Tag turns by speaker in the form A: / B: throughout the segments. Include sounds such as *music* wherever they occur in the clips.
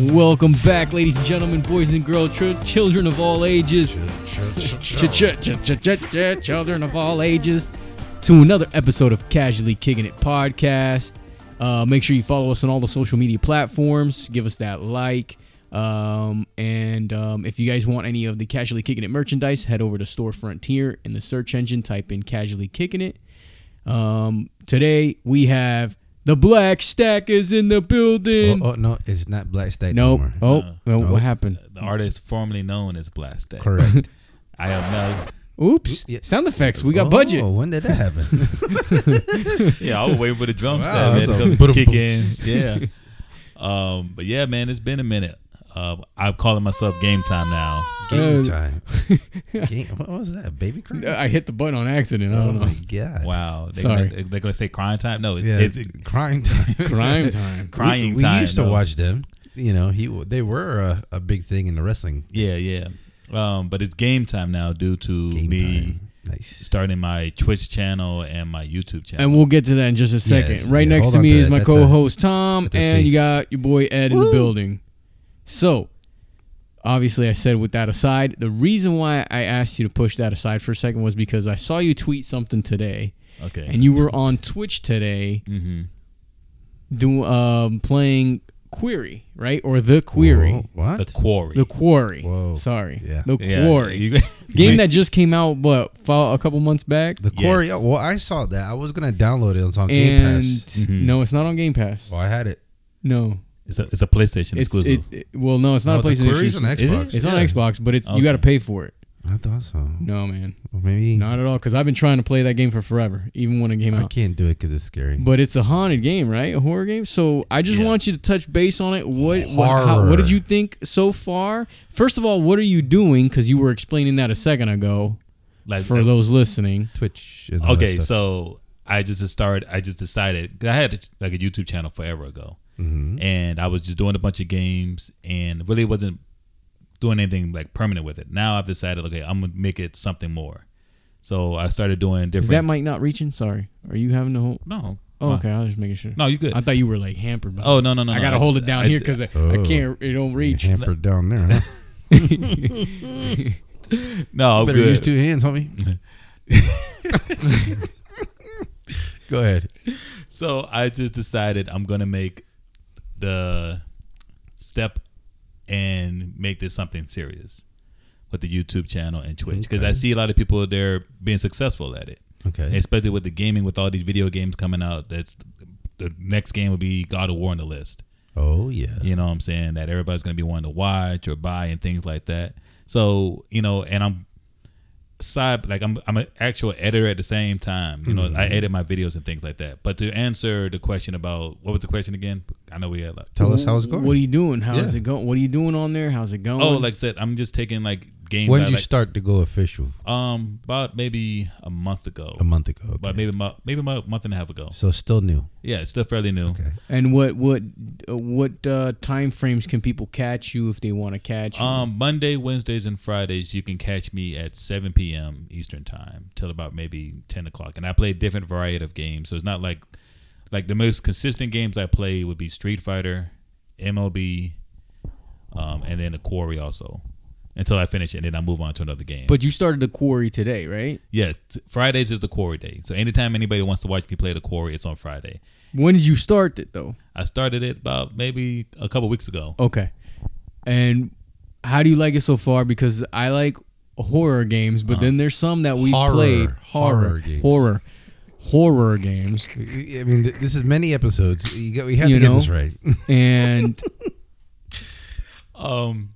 A: Welcome back, ladies and gentlemen, boys and girls, ch- children of all ages, ch- ch- ch- ch- ch- ch- children of all ages, to another episode of Casually Kicking It podcast. Uh, make sure you follow us on all the social media platforms. Give us that like. Um, and um, if you guys want any of the Casually Kicking It merchandise, head over to Store Frontier in the search engine, type in Casually Kicking It. Um, today we have the Black Stack is in the building.
B: Oh, oh, no, it's not Black State.
A: Nope.
B: anymore.
A: Oh,
C: Uh,
A: no,
B: Nope.
A: what happened?
C: the artist formerly known as Blast Day.
B: Correct.
C: I am now.
A: Oops.
B: Yeah.
A: Sound effects. *laughs* We got
B: oh,
A: budget.
B: When did that happen?
A: *laughs*
C: Yeah, I was waiting for the drum
B: Wow,
C: set, man,
B: that's
C: to
B: a
C: come
B: boom,
C: kick
B: boom.
C: in. Yeah. Um, but yeah, man, it's been a minute. Uh, I'm calling myself Game Time now.
B: Game
A: Uh, *laughs*
B: time. Game, what was that? Baby cream.
A: I hit the button on accident. I
B: oh
A: don't
B: my
A: know.
B: god.
C: Wow, they,
A: Sorry.
C: They, are gonna say crying time. No, it's,
B: Yeah,
C: it's
B: crime
C: *laughs*
A: *laughs*
B: time. *laughs*
A: Crime time.
C: crying
B: we, we
C: time.
B: used to
C: though.
B: watch them. You know, he w- they were a, a big thing in the wrestling
C: Yeah, yeah. Um, but it's game time now due to
B: game
C: me
B: time. Nice.
C: starting my Twitch channel and my YouTube channel.
A: And we'll get to that in just a second.
B: Yes,
A: right
B: yeah,
A: next
B: hold
A: to
B: on
A: me
B: to
A: is
B: that.
A: my
B: That's a-
A: co-host Tom,
B: that's a
A: and
B: safe.
A: you got your boy Ed in the building. So, obviously, I said with that aside, the reason why I asked you to push that aside for a second was because I saw you tweet something today,
C: okay.
A: and you were on Twitch today
C: mm-hmm.
A: doing um, playing Query, right, or the Query,
B: Whoa, what?
C: the quarry.
A: the Quarry.
B: Whoa.
A: Sorry,
B: Yeah.
A: the
C: Yeah,
A: Quarry.
C: you- *laughs*
A: Game that just came out, what, fall, a couple months back?
B: The Corey.
C: Yes.
B: Well, I saw that. I was gonna download it. It was on Game
A: and
B: Pass. Mm-hmm.
C: Mhm.
A: no, it's not on Game Pass.
B: Well, I had it.
A: No,
C: it's a it's a PlayStation
A: it's
C: exclusive.
A: it, it- Well, no, it's not
B: Oh,
A: a
B: the
A: PlayStation.
B: Query's on
A: exclusive.
B: Xbox.
C: Is it?
A: It's on
B: Yeah.
A: Xbox, but it's you
C: Okay.
A: got to pay for it.
B: I thought so.
A: No, man,
B: Well, maybe
A: not at all. Because I've been trying to play that game for forever, even when it came
B: I
A: out.
B: can't do it because it's scary.
A: But it's a haunted game, right? A horror game. So I just
C: Yeah.
A: want you to touch base on it. What what, how, what
B: Horror.
A: did you think so far? First of all, what are you doing? Because you were explaining that a second ago
C: like
A: for
C: uh,
A: those listening.
B: Twitch. And all that
C: Okay,
B: stuff.
C: so I just started. I just decided 'cause I had like a YouTube channel forever ago,
B: Mhm.
C: and I was just doing a bunch of games, and really wasn't doing anything like permanent with it. Now I've decided, okay, I'm gonna make it something more. So I started doing different.
A: Is that mic not reaching? Sorry. Are you having to hold?
C: no?
A: Oh,
C: no.
A: okay. I was just making sure.
C: No, you good?
A: I thought you were like hampered by.
C: oh no, no, no!
A: I
C: no.
A: gotta hold it down
C: I-
A: here because I, I
B: Oh.
A: can't. It don't reach.
B: hampered down there. *laughs* Huh?
C: no, I'm
B: Better
C: good.
B: use two hands, homie. *laughs* Go ahead.
C: So I just decided I'm gonna make the step and make this something serious with the YouTube channel and Twitch because I see a lot of people they're being successful at it,
B: Okay.
C: especially with the gaming with all these video games coming out. That's the next game will be God of War on the list.
B: oh yeah.
C: You know what I'm saying? That everybody's going to be wanting to watch or buy and things like that. So, you know, and I'm side like I'm I'm an actual editor at the same time. You know,
B: Mm-hmm.
C: I edit my videos and things like that. But to answer the question about what was the question again? I know we had like
B: Tell us how it's going.
A: What are you doing? How's
B: Yeah.
A: it going? What are you doing on there? How's it going?
C: Oh, like I said, I'm just taking like games
B: when
C: I
B: did you
C: like,
B: start to go official?
C: um about maybe a month ago.
B: A month ago.
C: But
B: okay.
C: maybe mo- maybe a month and a half ago.
B: so still new.
C: Yeah, it's still fairly new.
B: Okay.
A: and what what uh, what uh, time frames can people catch you if they want to catch you?
C: Um, Monday, Wednesdays, and Fridays, you can catch me at 7 p.m. Eastern time till about maybe 10 o'clock. And I play a different variety of games, so it's not like like the most consistent games I play would be Street Fighter, MLB, um, and then the Quarry also. Until I finish it, and then I move on to another game.
A: but you started the quarry today, right?
C: yeah, t- Fridays is the Quarry day. So anytime anybody wants to watch me play the Quarry, it's on Friday.
A: When did you start it though?
C: I started it about maybe a couple weeks ago.
A: Okay, and how do you like it so far? Because I like horror games, but then there's some that we
B: Uh, Horror.
A: played horror
B: Horror games.
A: horror horror games.
B: I mean, th- this is many episodes. You got, we have
A: You
B: to get
A: know?
B: this right. *laughs*
A: and
C: Um,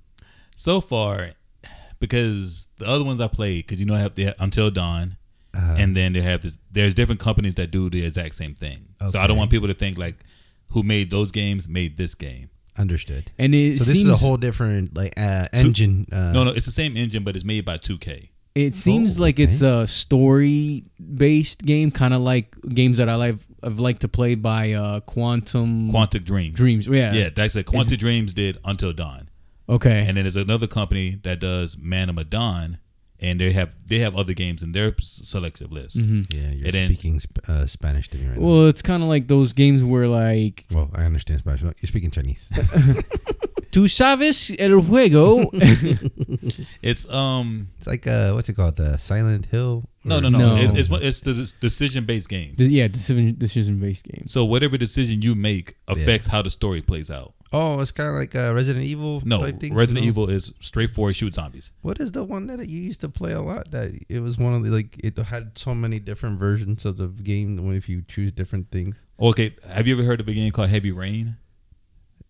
C: so far, because the other ones I played, because you know I have the Until Dawn, and then they have this. There's different companies that do the exact same thing. So I don't want people to think like, who made those games made this game.
B: Understood.
A: and it
B: so this
A: seems
B: is a whole different like uh, engine. Uh,
C: No, no, it's the same engine, but it's made by 2K.
A: It seems
B: Oh,
A: like it's a story-based game, kind of like games that I like. I've liked to play by uh, Quantum
C: Quantic Dream.
A: Dreams. Yeah.
C: Yeah, that's it. Quantic Dreams did Until Dawn,
A: Okay.
C: and then there's another company that does Man of Medan, and they have they have other games in their s- selective list.
A: Mm-hmm.
B: Yeah, you're
C: It ain't-
B: speaking sp- uh, Spanish to me right now.
A: well, it's kind of like those games where like
B: *laughs* Well, I understand Spanish. but You're speaking Chinese.
A: Tú sabes el *laughs* juego.
C: It's um
B: It's like uh, what's it called? The Silent Hill?
C: no
B: Or-
C: no no,
A: No.
C: It's, it's one- it's the decision based game.
A: yeah, decision decision based game.
C: So whatever decision you make affects how the story plays out.
B: Oh, it's kind of like uh, Resident Evil.
C: No,
B: type thing?
C: Resident
B: No.
C: Evil is straightforward shoot zombies.
B: What is the one that you used to play a lot? That it was one of the like it had so many different versions of the game. When if you choose different things.
C: Okay, have you ever heard of a game called Heavy Rain?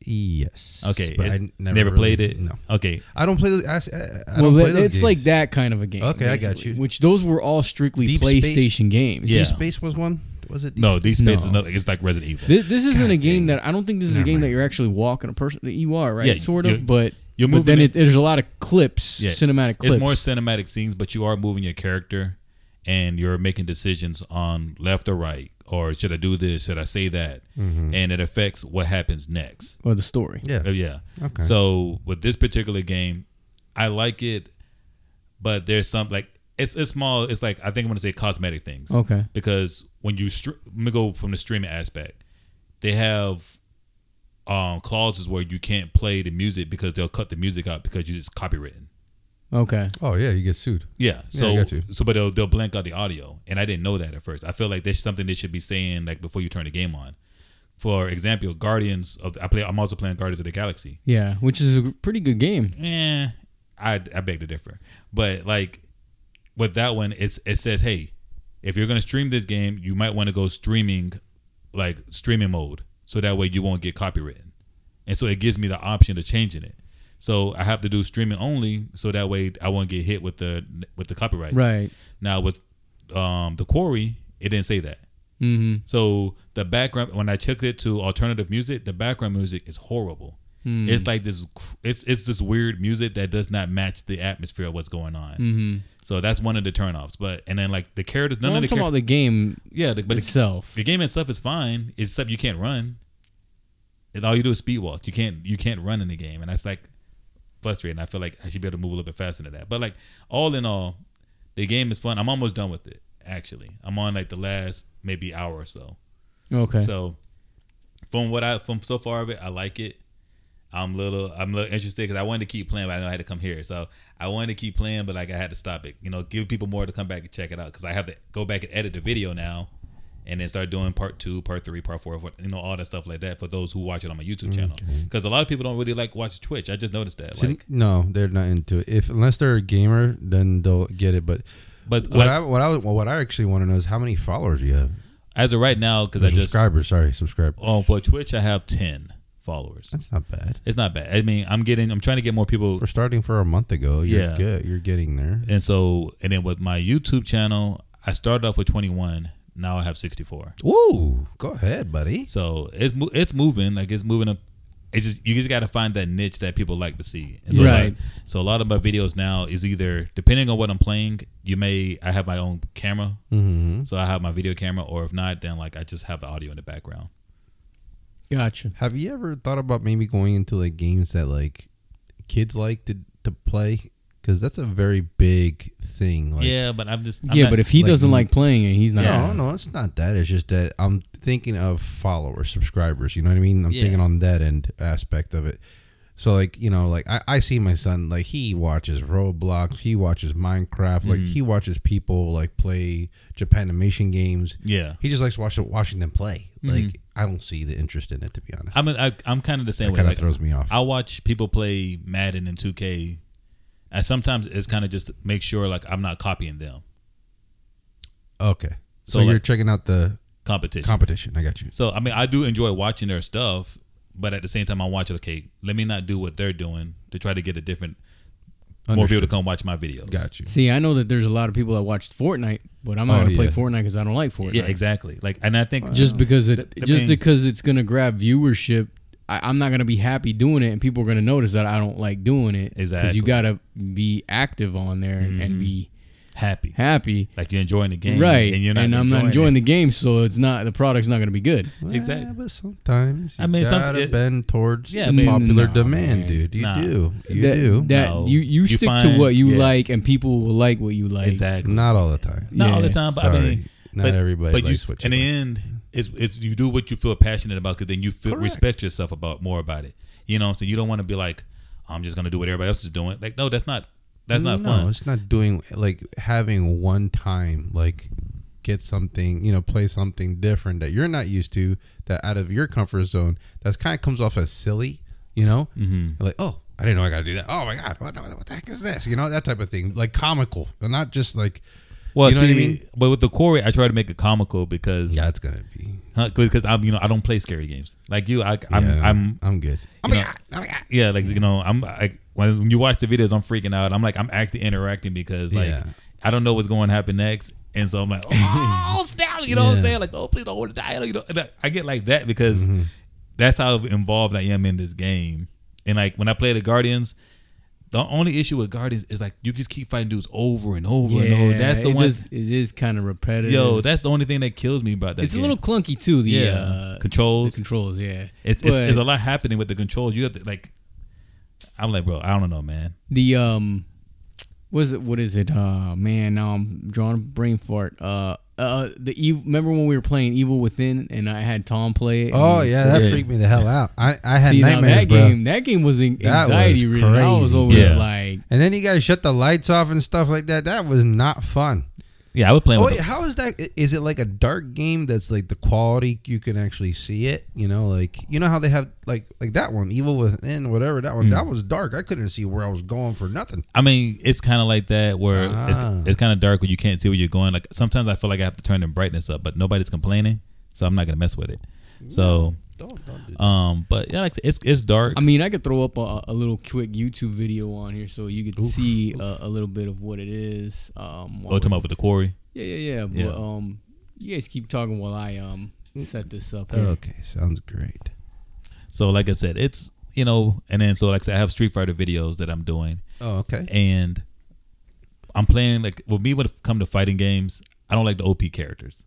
B: Yes.
C: Okay,
B: but
C: it-
B: I
C: never,
B: never,
C: played
B: really-
C: it.
B: No,
C: Okay,
B: I don't play. those- I, s- I- I
A: well,
B: don't play
A: that-
B: those
A: it's like
B: games.
A: that kind of a game.
B: Okay, I got
A: basically,
B: you.
A: Which those were all strictly
B: Deep Space-
A: PlayStation games.
C: Yeah.
B: Deep Space was one. Was it? Deep
C: no, these
A: No.
C: spaces is nothing. It's like Resident Evil.
A: This, this isn't a game
B: dang.
A: that I don't think this is a
B: Never
A: game
B: mind.
A: that you're actually walking a person. You are right,
C: Yeah,
A: sort
C: you're-
A: of, but
C: you're
A: but
C: moving
A: then
C: it-
A: it, there's a lot of clips,
C: Yeah.
A: cinematic clips.
C: It's more cinematic scenes, but you are moving your character, and you're making decisions on left or right, or should I do this? Should I say that? And it affects what happens next.
A: or the story.
B: Yeah.
C: Uh, yeah.
B: Okay.
C: So with this particular game, I like it, but there's some like it's it's small. It's like I think I'm gonna say cosmetic
B: Oh.
C: things.
A: Okay.
C: Because when you str- let me go from the streaming aspect, they have um clauses where you can't play the music because they'll cut the music out because you just copywritten.
A: Okay.
B: Oh yeah, you get sued.
C: Yeah.
B: Yeah,
C: So
B: I got you.
C: so but they'll they'll blank out the audio. And I didn't know that at first. I feel like that's something they should be saying like before you turn the game on. For example, Guardians of the, I play I'm also playing Guardians of the Galaxy.
A: Yeah, which is a pretty good game.
C: Eh, I I beg to differ. But like with that one, it's it says, hey, if you're gonna stream this game, you might want to go streaming, like streaming mode, so that way you won't get copywritten. And so it gives me the option of changing it. So I have to do streaming only, so that way I won't get hit with the with the copyright.
A: Right.
C: Now with um the quarry, it didn't say that.
A: Mm-hmm.
C: So the background when I checked it to alternative music, the background music is horrible.
A: Hmm.
C: It's like this cr- it's it's this weird music that does not match the atmosphere of what's going on.
A: Mm-hmm.
C: So that's one of the turnoffs. But and then like the characters none
A: I'm
C: of the
A: talking about
C: characters
A: the game
C: yeah, the, but the,
A: itself.
C: the game itself is fine, except you can't run. And all you do is speed walk. You can't you can't run in the game, and that's like frustrating. I feel like I should be able to move a little bit faster than that. But like all in all, the game is fun. I'm almost done with it. Actually, I'm on like the last maybe hour or so.
A: okay.
C: So from what I from so far of it, I like it. I'm little I'm a little interested because I wanted to keep playing, but I know I had to come here. So I wanted to keep playing, but like I had to stop it. You know, give people more to come back and check it out because I have to go back and edit the video now, and then start doing part two, part three, part four, what- you know, all that stuff like that for those who watch it on my YouTube channel. Because a lot of people don't really like watch Twitch. I just noticed that.
B: So,
C: like,
B: no, they're not into it. If unless they're a gamer, then they'll get it. But
C: but
B: what
C: like,
B: I what I what I actually want to know is how many followers you have.
C: as of right now, because I just
B: subscribers, sorry, subscribe.
C: um, for Twitch I have ten followers.
B: That's not bad.
C: It's not bad. I mean, I'm getting I'm trying to get more people
B: We're starting for a month ago. You're
C: Yeah.
B: good. You're getting there.
C: And so, and then with my YouTube channel, I started off with 21. Now I have 64.
B: Ooh, go ahead, buddy.
C: So it's mo- it's moving. Like it's moving up. It's just you just got to find that niche that people like to see. And so
A: Right.
C: like- so a lot of my videos now is either depending on what I'm playing. You may I have my own camera,
B: Mm-hmm.
C: so I have my video camera, or if not, then like I just have the audio in the background.
A: Gotcha.
B: Have you ever thought about maybe going into like games that like kids like to to play? Because that's a very big thing. Like,
C: yeah, but I'm just I'm
A: yeah,
C: not-
A: but if he
B: like-
A: doesn't like playing it, he's not.
B: No, no, it's not that. It's just that I'm thinking of followers, subscribers. You know what I mean? I'm
C: Yeah.
B: thinking on that end aspect of it. So like you know, like I, I see my son like he watches Roblox, he watches Minecraft,
C: Mm.
B: like he watches people like play Japanimation games.
C: yeah.
B: He just likes watch, watching them play.
C: Mm-hmm.
B: Like I don't see the interest in it to be honest.
C: I'm an, I, I'm kind of the same
B: that
C: way.
B: kind of
C: Like,
B: throws me off.
C: I watch people play Madden and 2K. I sometimes it's kind of just to make sure like I'm not copying them
B: okay, so,
C: So,
B: you're
C: like-
B: checking out the
C: competition.
B: competition. I got you.
C: so I mean, I do enjoy watching their stuff, but at the same time, I watch okay. Let me not do what they're doing to try to get a different more people to come watch my videos.
B: Got you.
A: See, I know that there's a lot of people that watched Fortnite, but I'm not
B: Oh,
A: gonna play
B: yeah.
A: Fortnite because I don't like Fortnite. Uh,
C: Yeah, exactly. Like, and I think
A: Just because it,
C: I
A: just
C: mean-
A: because it's gonna grab viewership, I, I'm not gonna be happy doing it, and people are gonna notice that I don't like doing it. Because
C: Exactly. Mm-hmm.
A: you gotta be active on there and, and be
C: happy,
A: happy,
C: like you're enjoying the game,
A: right?
C: And you're not.
A: and I'm
C: enjoying
A: not enjoying
C: it.
A: the game, so it's not the product's not gonna be good.
C: Exactly.
B: Well, but sometimes you
C: I mean, some-
B: gotta
C: it-
B: bend towards
C: Yeah,
B: the
C: I mean-
B: popular
A: Nah,
B: demand,
A: man.
B: dude. You
C: Nah.
B: do. You
A: that,
B: do.
A: that
C: No.
A: you you,
C: You
A: stick
C: find-
A: to what you
C: yeah.
A: like, and people will like what you like.
C: exactly.
B: Not all the time.
C: Not all the
A: Yeah.
C: time, but I
B: Sorry.
C: mean,
B: Not
C: but,
B: everybody
C: But
B: likes
C: you,
B: what
C: in
B: you
C: the
B: like.
C: end, it's, it's you do what you feel passionate about because then you feel,
B: Correct.
C: respect yourself about more about it. You know what I'm saying? You don't want to be like, I'm just gonna do what everybody else is doing. Like, no, that's not that's not
B: no,
C: fun.
B: it's not doing like having one time like get something, you know, play something different that you're not used to, that out of your comfort zone, that's kind of comes off as silly, you know, mm-hmm. like oh, I didn't know I got to do that. Oh my god, what, the- what the heck is this? You know, that type of thing, like comical, and not just like,
C: Well,
B: you know what I
C: see,
B: mean?
C: But with the Corey, I try to make it comical because
B: yeah, it's gonna be.
C: because I'm you know I don't play scary games like you. I, I'm
B: yeah,
C: I'm
B: I'm good. Oh
C: you
B: my
C: know-
B: god, oh my god.
C: yeah like you know I'm like when, when you watch the videos I'm freaking out. I'm like I'm actually interacting because like
B: Yeah.
C: I don't know what's going to happen next, and so I'm like *laughs* oh snap, you know
B: Yeah.
C: what I'm
B: Mm-hmm.
C: saying? Like no, please don't want to die. You know, and I- I get like that because that's how involved I am in this game. And like when I play the Guardians. The only issue with Guardians is like you just keep fighting dudes over and over and over. That's the
A: it
C: one.
A: is- it is kind of repetitive.
C: Yo, that's the only thing that kills me about that.
A: it's a
C: game.
A: little clunky too. The,
C: yeah
A: uh, the
C: controls.
A: controls, yeah.
C: it's, it's,
A: But
C: it's a lot happening with the controls. You have to like. I'm like, bro, I don't know, man.
A: the um, what is it? What is it? Uh, man, now I'm drawing a brain fart. Uh, uh, the evil. Remember when we were playing Evil Within and I had Tom play it?
B: Oh
A: And-
B: yeah, that
C: Yeah.
B: freaked me the hell out. I I had
A: See now
B: nightmares,
A: that
B: bro.
A: game, that game was an-
B: That was
A: anxiety ridden. I was
B: crazy.
A: always
C: Yeah.
A: like,
B: And then you guys shut the lights off and stuff like that. That was not fun.
C: Yeah, I was playing
B: Oh,
C: with.
B: wait, how is that? i- Is it like a dark game that's like the quality you can actually see it? You know, like you know how they have like like that one, Evil Within, whatever that one. That
C: Hmm.
B: was dark. I couldn't see where I was going for nothing.
C: the- I mean, it's kind of like that where
B: Ah.
C: it's, it's kind of dark where you can't see where you're going. Like sometimes I feel like I have to turn the brightness up, but nobody's complaining, so I'm not gonna mess with it. So,
B: Don't, don't do that.
C: um, but yeah, like it's it's dark.
A: I mean, I could throw up a, a little quick YouTube video on here so you could see uh, a, a little bit of what it is. Um, while
C: oh, talking about with the quarry.
A: we- yeah, yeah, yeah. But
C: Yeah.
A: um, you guys keep talking while I um set this
C: Uh,
A: up. here.
B: Okay, sounds great.
C: So, like I said, it's you know, and then so like I said, I have Street Fighter videos that I'm doing,
B: Oh, okay.
C: and I'm playing like with me when it come to fighting games, I don't like the OP characters,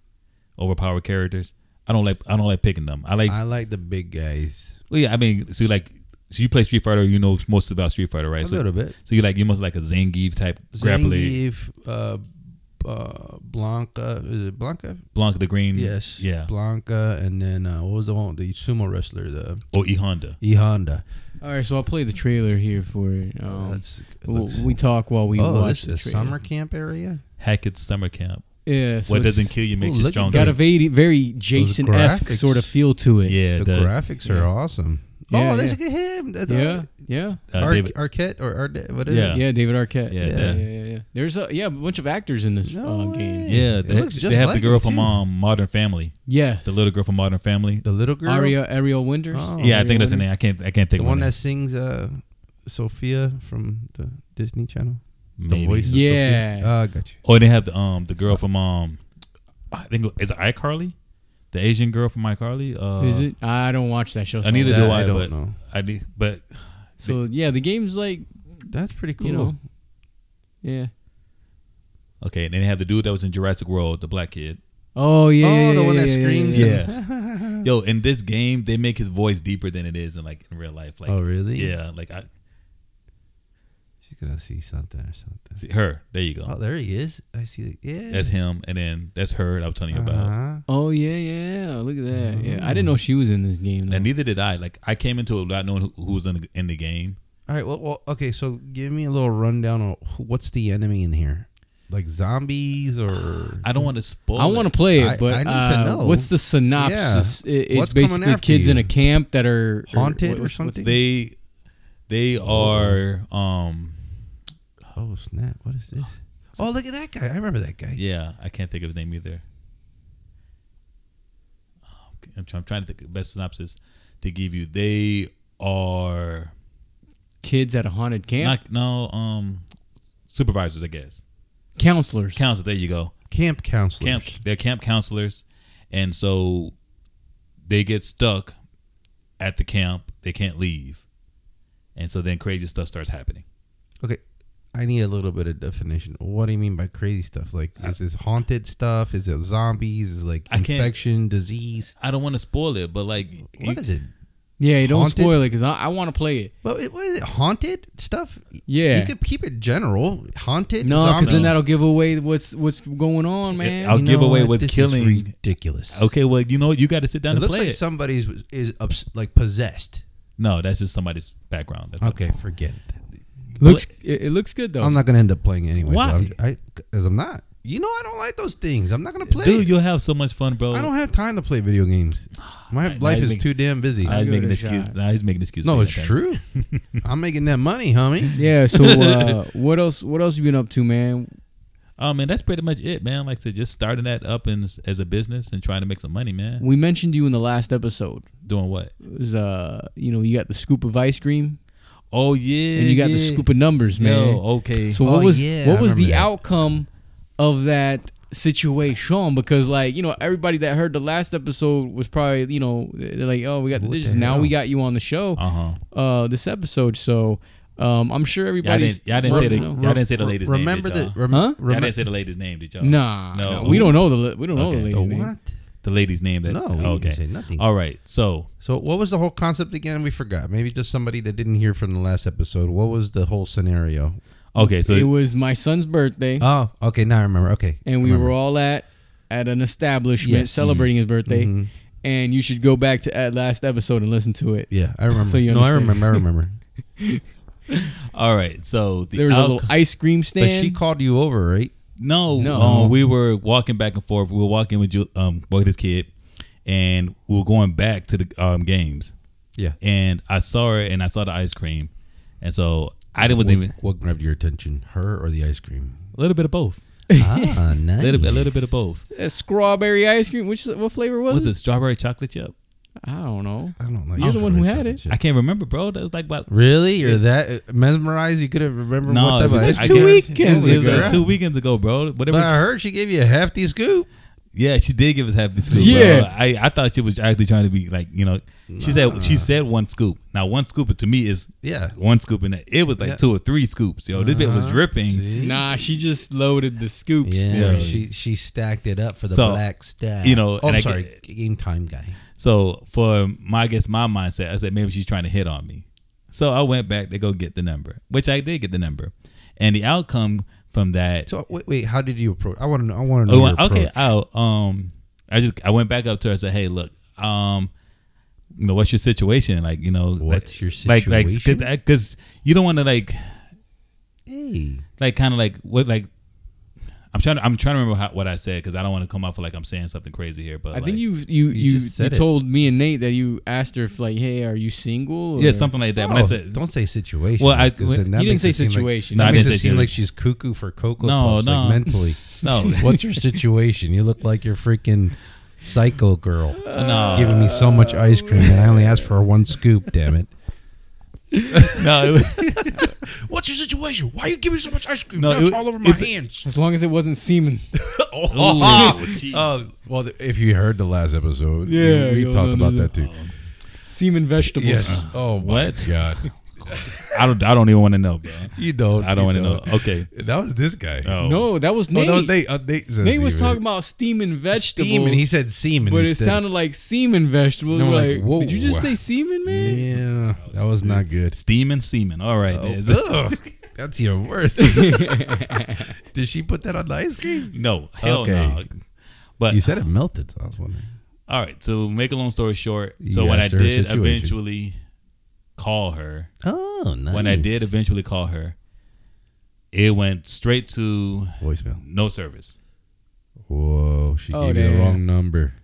C: overpowered characters. I don't like I don't like picking them. I like
B: I like the big guys
C: well, yeah, I mean, so you like so you play Street Fighter, you know most about Street Fighter, right?
B: a
C: so,
B: little bit.
C: so you like you most like a Zangief type grappler,
B: Zangief, uh, uh, Blanca is it Blanca?
C: Blanca the Green,
B: Yes.
C: Hmm. yeah,
B: Blanca, and then uh, what was the one? The sumo wrestler, the
C: or E Honda.
B: E Honda.
A: All right, so I'll play the trailer here for it.
C: Oh,
A: Um,
B: That's it
A: we'll-
B: looks-
A: we talk while we
B: oh,
A: watch
B: this
A: the
B: is a
A: trailer.
B: summer camp area.
C: Hackett's summer camp.
A: Yeah, so
C: what
A: it's
C: doesn't kill you makes
B: Ooh,
C: you
B: look at
C: stronger.
A: got a very very Jason esque
B: graphics.
A: sort of feel to it.
C: yeah,
B: the
C: it does.
B: graphics are awesome.
A: Yeah,
B: oh,
A: yeah.
B: there's look at him. That's-
A: yeah, yeah,
C: Uh,
B: Ar-
C: David-
B: Arquette or Arde- what is
C: Yeah.
B: it?
A: yeah. David Arquette. yeah,
C: Yeah,
A: yeah,
C: that-
A: yeah, yeah. There's a yeah a bunch of actors in this
B: No
A: uh, game.
B: way.
C: yeah,
B: It
C: they,
B: looks just
C: they have the
B: like
C: girl
B: him,
C: from
B: too.
C: um, Modern Family,
A: Yeah,
C: the little girl from Modern Family.
B: The little girl,
A: Aria Ariel Winters.
B: Oh.
C: yeah, I
A: Ariel
C: think that's
A: Winters.
C: her name. I can't I can't think
B: the
C: of
B: one
C: her
B: that sings uh, Sophia from the Disney Channel.
C: name.
B: The
C: Maybe.
B: voice. Of
A: Yeah.
B: Sophia. Uh, got you.
C: Oh, and they have the um the girl from um I think it- is it iCarly, the Asian girl from iCarly. Uh,
A: Is it? I don't watch that show. So
C: Uh, neither
A: much.
C: do
B: That
C: I.
B: I don't
C: but
B: know.
C: I need, but
A: So yeah, the game's like
B: That's pretty cool.
A: you know, yeah.
C: okay. And then they have the dude that was in Jurassic World, the black kid.
A: Oh yeah.
B: oh,
A: yeah,
B: the one
A: yeah,
B: that
A: yeah,
B: screams.
A: Yeah.
C: Yo, in this game, they make his voice deeper than it is in like in real life. Like,
B: oh, really?
C: yeah, like I
B: She's gonna see something or something.
C: see her. There you go.
B: Oh, there he is. I see. The, yeah.
C: That's him, and then that's her. That I was telling you about.
B: Uh-huh.
A: Oh yeah, yeah. Look at that. Yeah, I didn't know she was in this game.
C: Uh, And
A: Though.
C: neither did I. Like I came into it not knowing who, who was in the, in the game.
B: All right. Well, well, okay. So give me a little rundown on wh- what's the enemy in here, like zombies or
C: I don't want to spoil.
A: I want to
C: it.
A: play it,
B: I-
A: but
B: I need to
A: uh,
B: know.
A: what's the synopsis? It- it's
B: What's coming
A: basically
B: after
A: kids in
B: you?
A: a camp that are or
B: Haunted
A: what-
B: or
A: what's- what's-
B: something?
C: They they are um
B: oh snap! What is this? *gasps* Oh, look at that guy! I remember that guy.
C: Yeah, I can't think of his name either. I'm, try- I'm trying to think of the best synopsis to give you. They are
A: Kids at a haunted camp.
C: not no um supervisors, I guess.
A: Counselors.
C: Counselors. There you go.
B: Camp counselor.
C: Camp. They're camp counselors, and so they get stuck at the camp. They can't leave, and so then crazy stuff starts happening.
B: Okay, I need a little bit of definition. What do you mean by crazy stuff? Like, is this haunted stuff? Is it zombies? Is it like
C: Uh, I can't-
B: infection, disease?
C: I don't want to spoil it, but like,
B: What is it?
A: yeah, you don't
B: Haunted?
A: spoil it because I, I want to play it.
B: Well, it, what is it? Haunted stuff?
A: Yeah.
B: You could keep it general. Haunted.
A: No, because
B: zombie.
A: then that'll give away what's what's going on, man.
C: I'll
B: You
C: give
B: know
C: away
B: what?
C: what's
B: Oh, This is
C: killing.
B: ridiculous.
C: Okay, well, you know, what? you got to sit down
B: It
C: and
B: looks
C: play
B: like
C: it.
B: somebody's is ups, like possessed.
C: No, that's just somebody's background. That's not-
B: Okay, forget it.
A: Looks it, it looks good
C: Oh.
A: though.
B: I'm not gonna end up playing anyway.
A: Why?
B: I'm, I, cause I'm not. You know, I don't like those things. I'm not gonna play.
C: Dude, you'll have so much fun, bro.
B: I don't have time to play video
C: *sighs*
B: games. My
C: Now
B: life
C: he's
B: is
C: making-
B: too damn busy.
C: now he's
A: I'll give
C: making
A: it a
C: excuse.
A: shot.
C: Now he's making excuse.
B: no,
C: for
B: it's
C: that.
B: true.
A: *laughs*
B: I'm making that money, homie.
A: yeah. So uh, what else? What else you been up to, man?
C: Oh man, that's pretty much it, man. Like I said, just starting that up in, as a business and trying to make some money, man.
A: We mentioned you in the last episode.
C: Doing what?
A: It was uh, you know, you got the scoop of ice cream
C: Oh yeah,
A: and you got the
C: yeah.
A: scoop of numbers, man.
C: Yo, okay.
A: So
B: Oh,
A: what was
B: yeah,
A: what
B: I
A: was the
B: remember that.
A: outcome of that situation? Because like you know everybody that heard the last episode was probably you know they're like oh we got the
B: What the
A: digits now
B: hell?
A: we got you on the show
C: uh huh.
A: uh this episode so um I'm sure
C: Y'all
A: everybody's
C: didn't, y'all didn't say the
A: No.
C: y'all didn't say the lady's
B: Remember
C: name.
B: the
C: did y'all?
B: rem-
A: Huh?
C: Y'all
B: remember-
C: didn't say the lady's name, did y'all?
A: Nah,
C: No.
A: no, we don't know the li- we don't know the
C: Okay.
A: lady's
B: Oh,
A: name.
B: what?
C: The lady's name that.
B: No, we
C: okay.
B: didn't say nothing.
C: All right. So
B: So, what was the whole concept again? We forgot. Maybe just somebody that didn't hear from the last episode. What was the whole scenario?
C: okay. So
A: it was my son's birthday,
B: Oh, okay. Now I remember. Okay,
A: and we were all at at an establishment
B: Yes.
A: celebrating his birthday.
B: Mhm.
A: And you should go back to that last episode and listen to it.
B: Yeah, I
A: *laughs*
B: remember.
A: So you
B: no, I
A: understand.
B: remember. I
A: *laughs*
B: remember.
C: all right. So the
A: There was a
C: outcome-
A: little ice cream
B: but
A: stand.
B: she called you over, right?
C: No,
A: No.
C: no. we were walking back and forth. We were walking with Ju- um with his kid, and we were going back to the um games.
B: Yeah.
C: And I saw her, and I saw the ice cream, and so I didn't even
B: What grabbed your attention, her or the ice
A: *laughs*
B: cream?
C: a little bit of both,
B: ah, nice.
C: a little, a little bit of both.
A: a strawberry ice cream. Which what flavor was
C: With
A: it?
C: the strawberry chocolate chip,
A: I don't know.
B: I don't like.
A: You're the one who had
B: chocolate
A: it.
B: chip.
C: I can't remember, bro. That was like about
B: Really? You're that mesmerized? You couldn't remember
C: No,
B: what
C: it
B: type
C: was
B: of
C: like-
B: ice
C: I
B: cream?
A: Two
C: can't-
A: weekends
C: it was
A: ago.
C: like two weekends ago, bro. Whatever.
B: But I heard she gave you a hefty scoop.
C: yeah, she did give us half the scoop.
A: Yeah.
C: bro. I, I thought she was actually trying to be like you know. She said she said one scoop. Now one scoop to me is
B: Yeah.
C: one scoop, and it was like
B: Yeah.
C: two or three scoops. Yo, this bit
A: Uh-huh.
C: was dripping.
B: See?
A: Nah, she just loaded the scoops.
B: Yeah,
C: Yeah.
B: she she stacked it up for the
C: So,
B: black stack.
C: you know,
B: oh, I'm
C: and I
B: sorry,
C: get-
B: game time guy.
C: So for my I guess my mindset, I said maybe she's trying to hit on me. So I went back to go get the number, which I did get the number, and the outcome from that.
B: So wait, wait, how did you approach? I want to know. I want to know.
C: oh,
B: your
C: okay,
B: approach.
C: oh, um, I just I went back up to her. I said, hey, look, um, you know, what's your situation? Like, you know,
B: What's your
C: like, like,
B: situation?
C: because you don't want to like,
B: Hey,
C: like, kind of like what, like. I'm trying. To, I'm trying to remember how, what I said because I don't want to come off like I'm saying something crazy here. But
A: I
C: like,
A: think you you you, you,
B: just said it.
A: told me and Nate that you asked her if like, hey, are you single?
C: yeah,
A: or-
C: something like that.
B: oh,
C: when I said,
B: don't say situation.
C: Well, I-
B: 'cause then that
A: You didn't
B: makes
A: say
B: it seem like-
A: situation.
C: No, I
B: that makes
C: didn't
B: it
C: say
B: seem like
C: situation.
B: she's cuckoo for cocoa
C: No,
B: puffs,
C: no.
B: like mentally.
C: *laughs* No.
B: what's your situation? You look like your freaking psycho
C: *laughs*
B: girl,
C: no,
B: giving me so much ice cream, and I only asked for one scoop. Damn it!
C: no. It was,
B: What's your situation? Why are you giving me so much ice cream?
C: No,
B: Now it's
C: it-
B: all over my
C: it's-
B: hands.
A: As long as it wasn't semen.
B: *laughs*
C: Ooh, gee.
B: *laughs* Oh well, th- if you heard the last episode,
A: Yeah,
B: we, we
A: yo,
B: talked
A: no, no,
B: about
A: no.
B: that too.
A: semen vegetables.
B: Yes. Oh my
C: What?
B: god,
C: I don't. I don't even want to know, bro.
B: you *laughs* don't.
C: I don't
B: you
C: want to
B: *laughs*
C: know. Okay.
B: That was this guy.
C: Oh.
A: No, that was
B: Oh,
A: Nate.
B: that was Nate. Uh, Nate, says
A: Nate was
B: semen.
A: talking about steaming vegetables.
B: Semen. He said semen,
A: but it
B: instead.
A: sounded like semen vegetables.
B: No,
A: We're
B: like,
A: like,
B: whoa.
A: did you just say semen, man?
B: Yeah, that was not good.
C: Steam and semen. All right. man.
B: Oh, *laughs* ugh, that's even
A: *laughs*
B: worse. Did she put that on the ice cream?
C: No. Hell
B: Okay.
C: no. But
B: You said it melted, so I was wondering.
C: all right. So make a long story short. So
B: You
C: when I
B: asked her her
C: did
B: situation.
C: eventually call her,
B: Oh, nice.
C: when I did eventually call her, it went straight to
B: voicemail.
C: no service.
B: Whoa, she
A: Oh,
B: gave you
A: damn.
B: the wrong number.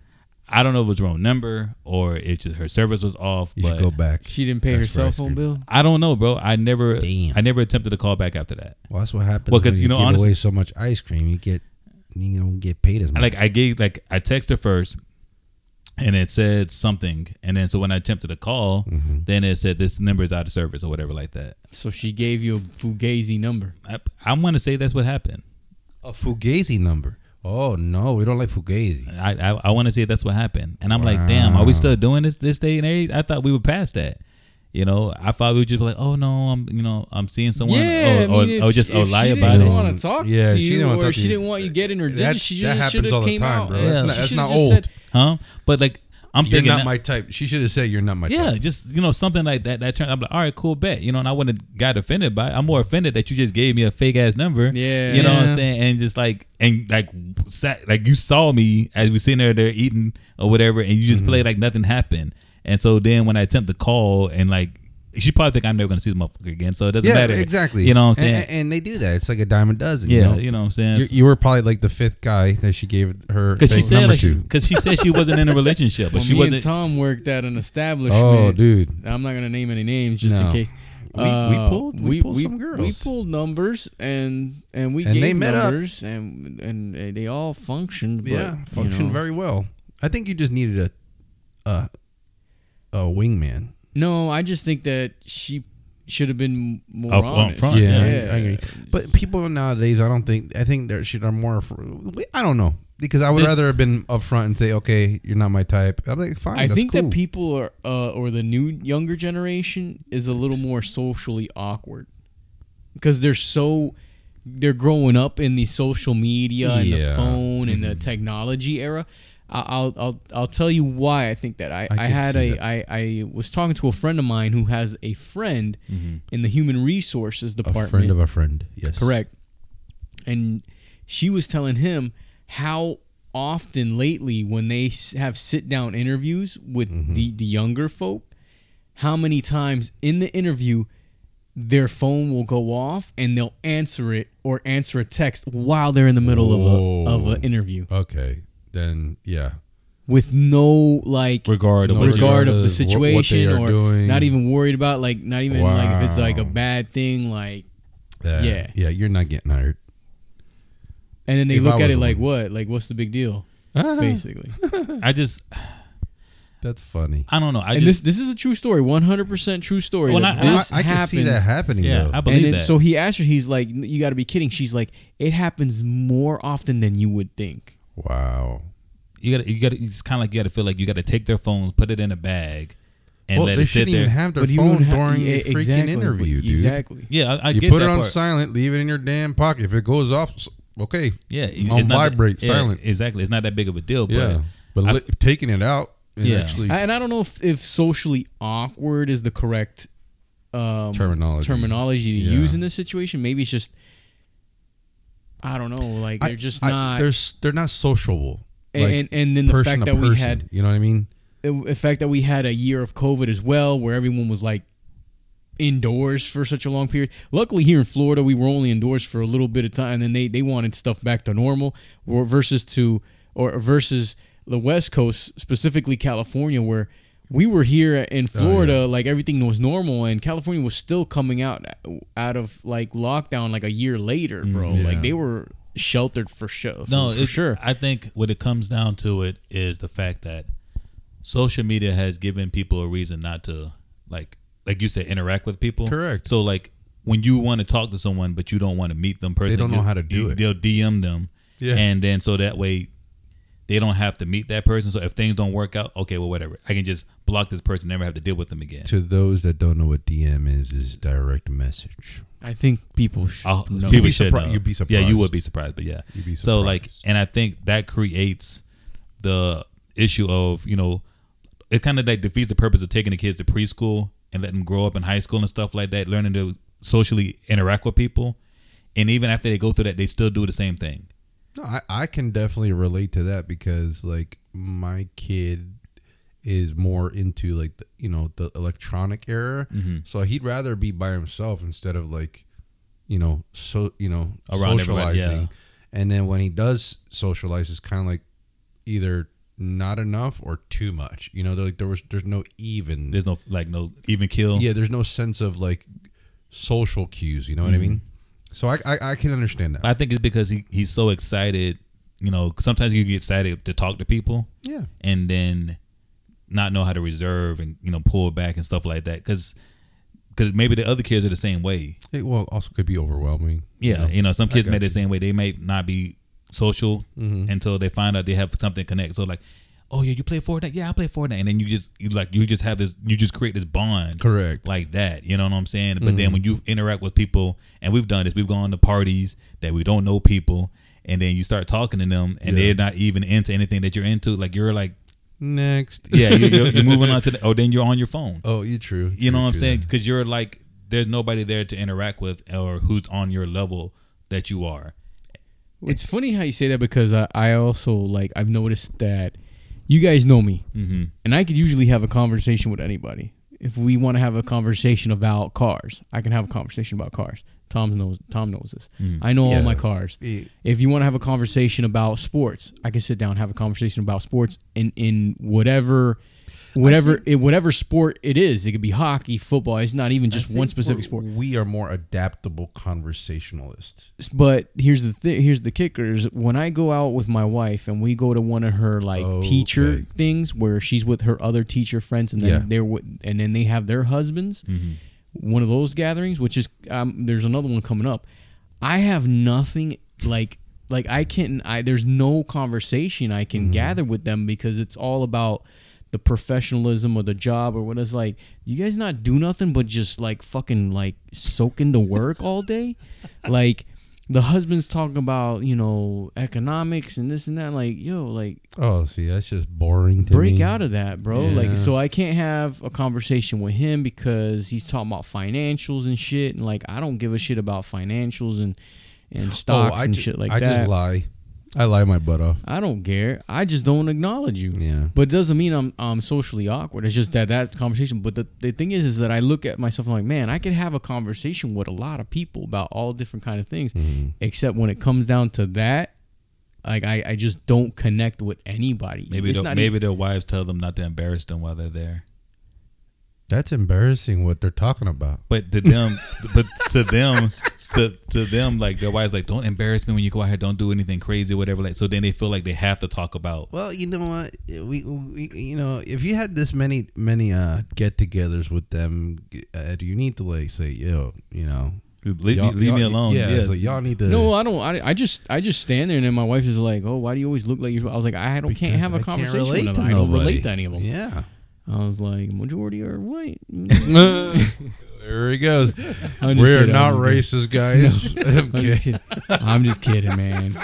C: I don't know if it was wrong number or it just her service was off.
B: You
C: but
B: should go back.
A: She didn't pay her
B: That's for
A: cell
B: ice
A: phone
B: cream.
A: bill.
C: I don't know, bro. I never.
B: Damn.
C: I never attempted to call back after that.
B: Well, that's what happens.
C: Well,
B: because
C: 'cause, you
B: you,
C: know,
B: give
C: honest-
B: away so much ice cream, you get you don't get paid as much.
C: like I gave like I texted her first and it said something and then so when I attempted to call then it said this number is out of service or whatever like that
A: So she gave you a fugazi number.
C: I, I want to say that's what happened
B: a fugazi number. Oh no, we don't like fugazi.
C: I I, I want to say that's what happened and I'm like damn are we still doing this this day and age I thought we were past that you know I thought we would just be like oh no I'm you know I'm seeing someone
A: yeah,
B: oh,
C: or,
A: I mean,
C: or, or
A: if-
C: just
A: if
C: or lie
A: she
C: about
A: didn't
C: it
A: want to talk
B: Yeah,
A: to
B: she didn't
A: you,
B: wanna
A: or
B: talk to
A: she
B: you.
A: didn't want you getting her digits.
B: That's-
A: She
B: that
A: just
B: happens
A: should
B: all
A: have
B: the
A: came
B: time,
A: out.
B: bro.
A: and
B: That's
A: she
B: not- that's
A: should've
B: not
A: just
B: old.
A: said,
C: huh but like I'm
B: You're
C: thinking
B: not
C: that-
B: my type. She should have said you're not my
C: Yeah,
B: type.
C: just you know something like that. That turn, I'm like, all right, cool, bet. You know, and I wouldn't have got offended by. It. I'm more offended that you just gave me a fake ass number.
A: Yeah.
C: you know what
B: Yeah.
C: I'm saying, and just like and like
B: Mm-hmm.
C: sat, like you saw me as we sitting there there eating or whatever, and you just played like nothing happened, And so then when I attempt to call and like she probably think I'm never gonna see this motherfucker again. So it doesn't
B: yeah,
C: matter.
B: exactly.
C: You know what I'm
B: And-
C: saying?
B: And, and they do that. It's like a dime a dozen.
C: yeah,
B: you know,
C: you know what I'm saying?
B: you, you were probably like the fifth guy that she gave her
C: Because she
B: fake
C: said
B: number
C: like,
B: to.
C: because she said she wasn't in a relationship, but
A: Well,
C: she
A: me and
C: wasn't.
A: Tom worked at an establishment.
B: Oh, dude.
A: I'm not gonna name any names just in
B: No.
A: case. Uh,
B: We- we pulled- we pulled some
A: We
B: girls.
A: pulled numbers and and we
B: And
A: gave
B: they met up.
A: numbers and and uh, they all functioned. But,
B: Yeah,
A: you
B: functioned
A: know.
B: very well. I think you just needed a a a wingman.
A: No, I just think that she should have been more
C: Up- up
A: honest.
C: front, Yeah,
B: I- I, agree. But people nowadays, I don't think. I think there should are more. For, I don't know because I would
C: This-
B: rather have been upfront and say, "Okay, you're not my type." I'm like, fine.
A: I
B: that's
A: think
B: cool.
A: that people are, uh, or the new younger generation is a little more socially awkward because they're so they're growing up in the social media and the
B: Yeah. Mm-hmm.
A: phone and the technology era. I- I'll I'll I'll tell you why I think that. I, I,
B: could
A: had
B: see
A: a
B: that.
A: I, I was talking to a friend of mine who has a friend in the human resources
B: Mm-hmm. a
A: department.
B: friend of a friend. Yes,
A: Correct. And she was telling him how often lately, when they s- have sit down interviews with
B: Mm-hmm.
A: the, the younger folk, how many times in the interview their phone will go off and they'll answer it or answer a text while they're in the middle
B: Whoa.
A: of a of an interview
B: Okay, then yeah,
A: with no like
C: Regard of
B: No
C: what you
A: regard
B: regard
A: of the
B: of what- what they
A: situation
B: are
A: or
B: doing.
A: not even worried about like not even like if it's like a
B: Wow.
A: bad thing like
B: Uh,
A: Yeah.
B: yeah. You're not getting hired.
A: and then they
B: If
A: look
B: I
A: at
B: was
A: it like
B: one.
A: what like what's the big deal basically
C: I just,
B: That's funny.
C: I don't know. I
A: and
C: just,
A: this this is a true story, one hundred percent true story.
C: Well,
A: that
C: not-
A: this
B: I, I can
A: happens.
B: see that happening.
C: yeah,
B: though.
C: I
A: and
C: believe
A: then
C: that.
A: so he asked her, he's like, "You got to be kidding." She's like, "It happens more often than you would think."
B: wow.
C: you gotta, you gotta. It's kind of like you gotta feel like you gotta take their phones, put it in a bag, and
B: well,
C: let
B: they
C: it sit
B: shouldn't
C: there.
B: even have their
A: But you
B: phone
A: don't ha-
B: during
A: yeah,
B: a freaking
A: exactly,
B: interview, dude.
A: Exactly.
C: yeah, I, I
B: you
C: get
B: put
C: that
B: it on
C: part.
B: silent, leave it in your damn pocket. If it goes off, s- okay.
C: Yeah, it-
B: on
C: it's not that-
B: vibrate,
C: yeah,
B: silent.
C: Exactly, it's not that big of a deal. But
B: Yeah, but
C: I-
B: li- taking it out is
C: Yeah.
B: actually
A: I- and I don't know if, if socially awkward is the correct um,
B: Terminology.
A: terminology to
B: Yeah.
A: use in this situation. Maybe it's just I don't know. Like they're just
B: I-
A: not.
B: They're s- they're not sociable.
A: and,
B: like,
A: and and then the
B: person
A: fact
B: to
A: that we
B: person,
A: had
B: you know what I mean?
A: the the fact that we had a year of COVID as well, where everyone was like indoors for such a long period. Luckily, here in Florida, we were only indoors for a little bit of time, and then they they wanted stuff back to normal. Or versus to or versus the West Coast, specifically California, where we were here in Florida, like everything was normal, and California was still coming out out of like lockdown like a year later, bro.
B: yeah.
A: Like they were sheltered for sure.
C: no,
A: for,
C: it's-
A: sure.
C: I think what it comes down to it is the fact that social media has given people a reason not to like, like you said, interact with people.
B: Correct.
C: So like when you want to talk to someone but you don't want to meet them personally,
B: don't know
C: you-
B: how to do
C: you-
B: it.
C: They'll DM them,
B: Yeah.
C: and then so that way. They don't have to meet that person, so if things don't work out, okay, well, whatever. I can just block this person, never have to deal with them again.
B: To those that don't know what DM is, is direct message.
A: I think people should
C: I'll,
A: know.
C: people
B: be
C: should
B: surpri-
C: know.
B: you'd be
C: Yeah, you would
B: surprised.
C: be surprised, but yeah.
B: You'd be
C: So like,
B: surprised.
C: and I think that creates the issue of you know, it kind of like defeats the purpose of taking the kids to preschool and letting them grow up in high school and stuff like that, learning to socially interact with people, and even after they go through that, they still do the same thing.
B: No, I, I can definitely relate to that because like my kid is more into like the, you know the electronic era,
C: Mm-hmm.
B: so he'd rather be by himself instead of like you know so you know
C: Around everybody,
B: socializing.
C: yeah.
B: And then when he does socialize, it's kind of like either not enough or too much. You know, like there was there's no even
C: There's no like no even kill.
B: yeah there's no sense of like social cues. You know what I mean? So I, I I can understand that.
C: Mm-hmm. I think it's because he, he's so excited. You know, sometimes you get excited to talk to people,
B: yeah.
C: and then not know how to reserve and you know pull back and stuff like that because because maybe the other kids are the same way
B: It well also could be overwhelming.
C: yeah you know some kids
B: got
C: may the
B: you.
C: same way they may not be social
B: Mm-hmm.
C: until they find out they have something to connect so like oh yeah you play Fortnite yeah I play Fortnite and then you just you like you just have this you just create this bond
B: Correct. Mm-hmm.
C: like that you know what I'm saying but then when you interact with people and we've done this we've gone to parties that we don't know people and then you start talking to them and
B: Yeah.
C: they're not even into anything that you're into like you're like
B: Next.
C: yeah, you, you're, you're moving on to the, or then you're on your phone.
B: *laughs* Oh, you true.
C: You know
B: True,
C: what I'm
B: true.
C: saying? Because you're like, there's nobody there to interact with or who's on your level that you are.
A: It's funny how you say that because I, I also like I've noticed that you guys know me,
C: Mm-hmm.
A: and I could usually have a conversation with anybody. If we want to have a conversation about cars, I can have a conversation about cars. Tom knows. Tom knows this. I know all
B: Yeah.
A: my cars. If you want to have a conversation about sports, I can sit down and have a conversation about sports in in whatever whatever it, whatever sport it is. It could be hockey, football. It's not even just one specific sport.
B: We are more adaptable conversationalists.
A: But here's the thi- here's the kicker is when I go out with my wife and we go to one of her like
B: Okay.
A: teacher things where she's with her other teacher friends and then
B: Yeah.
A: they're with, and then they have their husbands. One of those gatherings, which is um, there's another one coming up. I have nothing like like I can I there's no conversation I can gather with them because it's all about the professionalism or the job or what it's like you guys not do nothing but just like fucking like soak into work all day like the husband's talking about you know economics and this and that like yo like
B: Oh, see, that's just boring to
A: break
B: me.
A: out of that bro
B: Yeah.
A: like so i can't have a conversation with him because he's talking about financials and shit and like i don't give a shit about financials and and stocks
B: Oh, I
A: and
B: ju-
A: shit like
B: I
A: that
B: just lie. I lie my butt off.
A: i don't care i just don't acknowledge you
B: Yeah.
A: but it doesn't mean I'm I'm socially awkward. It's just that that conversation. But the, the thing is, is that I look at myself. I'm like, man, I could have a conversation with a lot of people about all different kind of things.
B: Mm-hmm.
A: Except when it comes down to that, like I, I just don't connect with anybody.
C: Maybe
A: It's
C: they'll-
A: not
C: maybe their wives tell them not to embarrass them while they're there.
B: That's embarrassing what they're talking about.
C: But
A: *laughs*
C: to them, but to them, to to them, like their wives, like don't embarrass me when you go out here. Don't do anything crazy, whatever. Like so, then they feel like they have to talk about.
B: Well, you know what? We, we you know, if you had this many many uh get-togethers with them, uh, do you need to like say, yo, you know,
C: Leave,
B: y'all-
C: me, leave
B: y'all-
C: me alone.
B: Yeah,
C: Yeah,
B: it's like, y'all need to.
A: even- no, I don't. I, I just I just stand there and then my wife is like, oh, why do you always look like you? I was like, I don't can't
B: because
A: have a
B: I
A: conversation.
B: relate
A: with
B: to
A: them. I don't
B: nobody.
A: relate to any of them.
B: Yeah.
A: I was like, majority are white. *laughs*
B: *laughs* there he goes. We're
A: kidding,
B: not
A: I'm
B: racist, guys. *laughs*
A: I'm
B: okay.
A: just kidding. I'm just kidding,
B: *laughs*
A: man.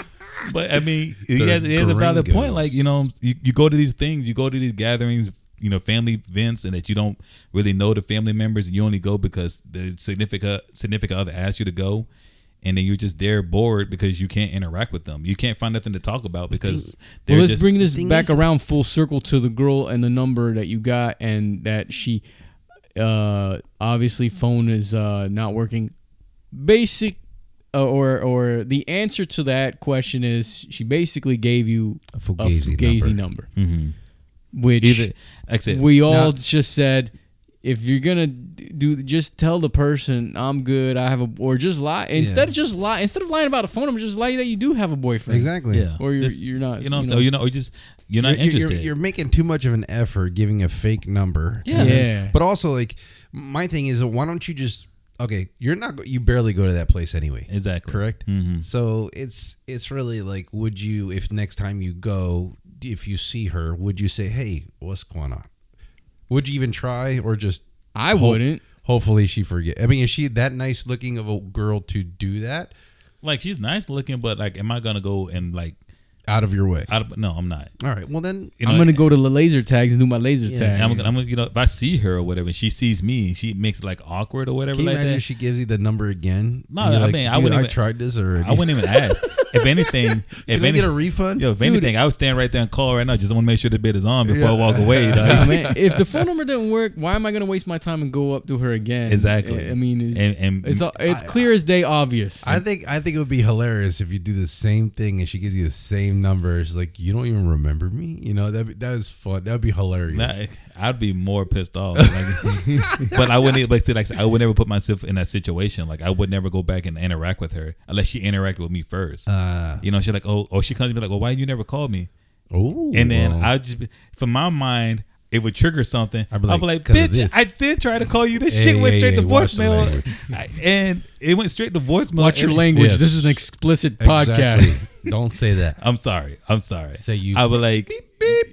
C: but I mean, he has, he has a valid
B: gringos.
C: point. Like you know, you, you go to these things, you go to these gatherings, you know, family events, and that you don't really know the family members, and you only go because the significant significant other asked you to go, and then you're just there bored because you can't interact with them. You can't find nothing to talk about because they're
A: well, let's
C: just.
A: bring this
B: thing
A: back
B: is-
A: around full circle to the girl and the number that you got, and that she, uh, obviously phone is uh not working. Basic, uh, or or the answer to that question is she basically gave you
B: A
A: a
B: Fugazi
A: fugazi
B: number.
A: number,
B: Mm-hmm.
C: Mhm.
A: which
C: Either, that's it.
A: we all
B: Now-
A: just said if you're gonna d- do just tell the person i'm good i have a or just lie instead of just lie instead of lying about a phone number just lie that you do have a boyfriend
B: Exactly.
C: Yeah.
A: or you're,
C: This-
A: you're not
C: you know, so you know, or just you're not
B: You're- you're-
C: interested.
B: You're, making too much of an effort giving a fake number.
C: Yeah.
B: And then-
A: Yeah.
B: But also, like, my thing is, why don't you just okay? You're not. go- You barely go to that place anyway.
C: exactly.
B: Correct. *laughs*
C: Mhm.
B: So it's it's really like, would you if next time you go, if you see her, would you say, hey, what's going on? Would you even try, or just
A: i
B: hope-
A: wouldn't
B: Hopefully she forget. I mean, is she that nice looking of a girl to do that
C: Like she's nice looking, but like, am I gonna go and like?
B: out of your way?
C: I don't, no, I'm not.
B: All right. Well then,
C: You
A: I'm
C: know,
A: gonna go to the laser tags and do my laser
B: Yeah.
A: tag.
C: And I'm, gonna- I'm gonna, you know, if I see her or whatever, she sees me, she makes it like awkward or whatever
B: can you
C: like
B: imagine
C: that.
B: if she gives you the number again?
C: No,
B: And you're
C: I
B: like,
C: mean, I
B: "Dude,
C: wouldn't
B: I
C: even-
B: tried this already.
C: I wouldn't even ask.
B: *laughs*
C: if anything, if
B: Can I
C: any,
B: get a refund?
C: yo, if anything, I would stand right there and call right now. Just want to make sure the bid is on before I
B: Yeah. *laughs*
C: walk away.
A: Nah,
C: dog.
A: man, if the phone number didn't work, why am I gonna waste my time and go up to her again?
C: Exactly.
A: I, I mean, it's
C: and and
A: it's, all- it's clear as day, obvious.
B: I think I think it would be hilarious if you do the same thing and she gives you the same number. She's like, "You don't even remember me." You know that that is fun. That would be hilarious.
C: nah, I'd be more pissed
B: *laughs*
C: off. Like, but I wouldn't. Like, see, like I would never put myself in that situation. Like I would never go back and interact with her unless she interacted with me first.
B: Uh,
C: you know, she's like, oh, or she comes to me like, well, why you never called me?
B: oh,
C: And then
B: well,
C: I just, for my mind, it would trigger something.
B: I'd
C: I'd
B: be
C: be
B: like,
C: like,
B: 'Cause of
C: bitch,
B: this."
C: I did try to call you. This
B: Hey,
C: shit went
B: hey,
C: straight
B: hey,
C: to
B: watch the
C: voicemail. *laughs* I- and it went straight to voicemail.
A: Watch your
C: And-
A: language.
B: Yes.
A: This is an explicit
B: *laughs*
A: podcast.
B: Exactly. don't say
C: *laughs*
B: that.
C: I'm sorry. I'm sorry.
B: Say you-
C: I was like,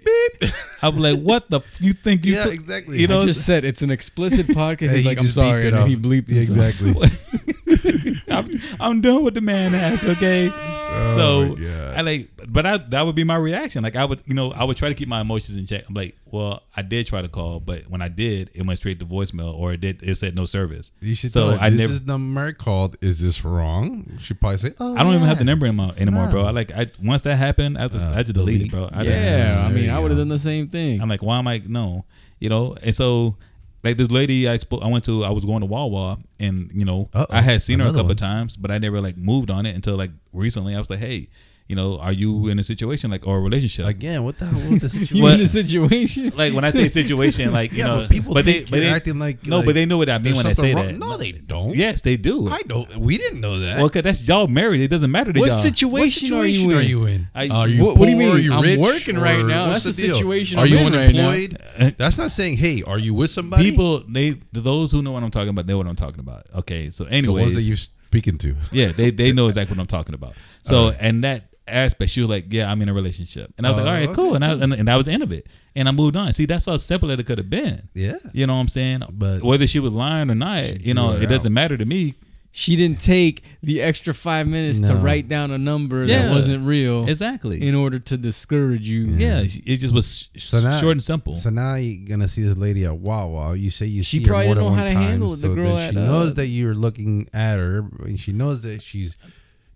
C: *laughs* I was like, what the? F- you think you?
B: Yeah,
C: took-
B: exactly.
C: You
B: I
C: know,
A: I just said it's an explicit podcast.
B: *laughs* Hey,
A: He's
B: he
A: like, I'm
B: just beeped
A: sorry,
B: it
A: and then
B: off.
A: he bleeped
C: *laughs*
B: Yeah,
A: himself.
B: exactly.
C: *laughs* I'm, I'm doing what the man has, okay?
B: Oh,
C: so
B: my God.
C: I like, but I that would be my reaction. Like I would, you know, I would try to keep my emotions in check. I'm like, well, I did try to call, but when I did, it went straight to voicemail, or it did, it said no service.
B: You should
C: So
B: tell her,
C: I
B: this
C: never,
B: is the number I called. Is this wrong? She'd probably say, oh,
C: I don't even
B: yeah.
C: have the number in my, anymore,
B: Nah.
C: bro. I like, I once that happened, I
B: Uh,
C: just, I just deleted, it, bro. I just,
A: yeah, I
B: There
A: mean,
B: you
A: I would have
B: go.
A: done the same thing.
C: I'm like, why am I no? You know, and so like this lady I spoke, I went to, I was going to Wawa, and you know,
B: Uh-oh,
C: I had seen her a
B: another
C: couple
B: one.
C: times, but I never like moved on it until like recently. I was like, hey, you know, are you in a situation like or a relationship? Like,
B: Again, what the hell
C: *laughs*
B: with the situation?
A: you in the situation?
C: when I say
B: *laughs*
C: situation, like you
B: Yeah,
C: know,
B: but people
C: but
B: think
C: they, but
B: you're
C: they-
B: acting like
C: no,
B: like,
C: but they know what I mean
B: there's
C: when I
B: something
C: say
B: wrong.
C: that.
B: No, they don't.
C: yes, they do.
B: I don't. We didn't know that.
C: well, cause that's y'all married. It doesn't matter to
A: What
C: y'all.
A: situation,
B: what situation
A: are
B: are
A: you in?
B: you in?
C: I-
B: are you
A: What-
B: poor?
A: what do you mean?
B: Are you
A: I'm
B: rich?
A: working right
B: Or
A: now.
B: what's
A: That's the
B: deal?
A: situation
B: Are
A: I'm
B: you
A: in right now.
B: unemployed? That's not saying, hey, are you with somebody?
C: People, they those who know what I'm talking about, they know what I'm talking about. Okay, so
B: the
C: anyways,
B: ones that you're speaking to.
C: Yeah, they they know exactly what I'm talking about. So and that aspect, she was like, "Yeah, I'm in a relationship," and I was
B: Oh,
C: like, "All right,
B: okay,
C: cool," and I and, and that was the end of it, and I moved on. See, that's how simple it could have been.
B: Yeah.
C: You know what I'm saying?
B: But-
C: whether she was lying or not, you know,
B: drew her
C: it doesn't matter to me.
A: She didn't take the extra five minutes to
B: No.
A: write down a number that
C: Yeah.
A: wasn't
B: Oh.
A: real
C: Exactly.
A: in order to discourage you.
C: yeah, it just was sh-
B: So now-
C: short and simple.
B: So now you're gonna see this lady at Wawa. You say you
A: She
B: see her
A: probably
B: more
A: don't
B: than
A: know
B: one
A: how to
B: time,
A: handle it, the
B: so
A: girl
B: then she
A: at, uh,
B: knows that you're looking at her, and she knows that she's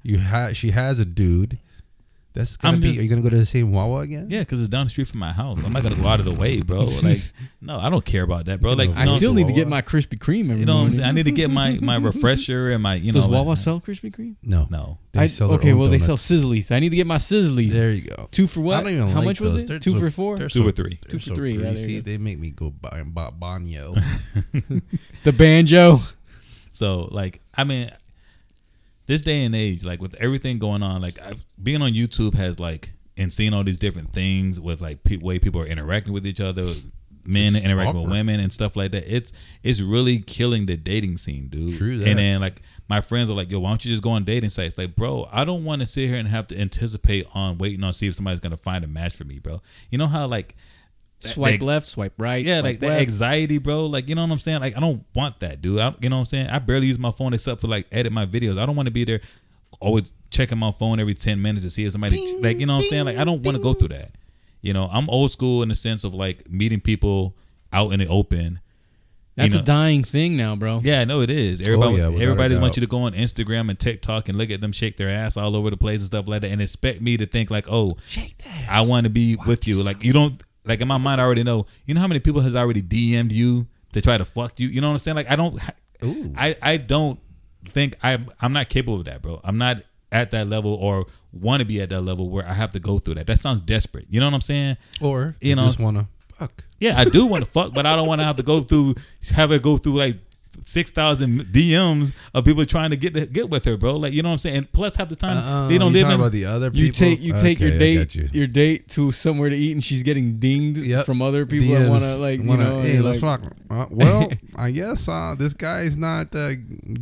B: you ha- she has a dude. That's gonna
C: I'm
B: be.
C: just-
B: are you gonna go to the same Wawa again?
C: yeah, because it's down the street from my house. I'm not gonna go out of the
B: *laughs*
C: way, bro. Like, no, I don't care about that, bro. Like,
B: know,
A: I
C: no,
A: still need to
B: Wawa.
A: get my Krispy Kreme. Every
C: You know what I'm
A: morning.
C: saying? I need to get my my refresher and my you know.
A: Mm-hmm. Does
C: my-
A: Wawa sell Krispy Kreme?
B: No.
C: No.
B: They
A: I-
B: sell their
A: okay,
B: own
A: well they
B: donuts.
A: sell Sizzlies. I need to get my Sizzlies.
B: There you go.
A: Two for what?
B: I don't even
A: How
B: like
A: much was
B: those.
A: it?
B: They're
A: Two
B: so-
A: for four?
B: they're
C: Two
B: so-
C: for three.
B: they're
A: Two for
B: so
A: three, yeah, there
B: greasy.
A: you go.
B: they make me go buy and buy Bonio.
A: *laughs* The banjo.
C: So like, I mean, this day and age, like with everything going on, like I, being on YouTube has like and seeing all these different things with like pe- way people are interacting with each other, men interacting with
B: awkward.
C: women and stuff like that. It's it's really killing the dating scene, dude.
B: True that.
C: And then like my friends are like, "Yo, why don't you just go on dating sites?" Like, bro, I don't want to sit here and have to anticipate on waiting on see if somebody's gonna find a match for me, bro. You know how like that-
A: Swipe
C: that-
A: left, swipe right.
C: yeah,
A: swipe
C: like that
A: left.
C: anxiety, bro. Like you know what I'm saying. Like I don't want that, dude. I, you know what I'm saying. I barely use my phone except for like edit my videos. I don't want to be there, always checking my phone every ten minutes to see if somebody like you know what I'm saying. Like I don't want to go through that. You know, I'm old school in the sense of like meeting people out in the open.
A: That's
C: you know.
A: a dying thing now, bro.
C: Yeah, I know it is. Everybody,
B: Oh, yeah, without a
C: everybody
B: doubt.
C: wants you to go on Instagram and TikTok and look at them shake their ass all over the place and stuff like that, and expect me to think like, oh,
B: Shake that.
C: I want to be with you. Like you don't like in my mind I already know. You know how many people has already DM'd you to try to fuck you. You know what I'm saying? Like I don't
B: Ooh.
C: I I don't think I I'm not capable of that, bro. I'm not at that level or want to be at that level where I have to go through that. That sounds desperate. You know what I'm saying?
B: Or
C: You
B: you
C: know,
B: just wanna fuck.
C: Yeah, I do
B: *laughs*
C: want to fuck, but I don't want to have to go through have her go through like six thousand DMs of people trying to get to, get with her, bro. Like you know what I'm saying? And plus, half the time
B: Uh,
C: they don't
B: you
C: live
B: talking
C: in
B: about the other people.
A: You take you take
B: Okay,
A: your
B: I got
A: date
B: you.
A: your date to somewhere to eat and she's getting dinged
B: Yep.
A: from other people that
B: DMs
A: want to like you
B: wanna,
A: know
B: hey,
A: and
B: let's
A: like,
B: fuck. Uh, well, I guess uh, this guy's not uh,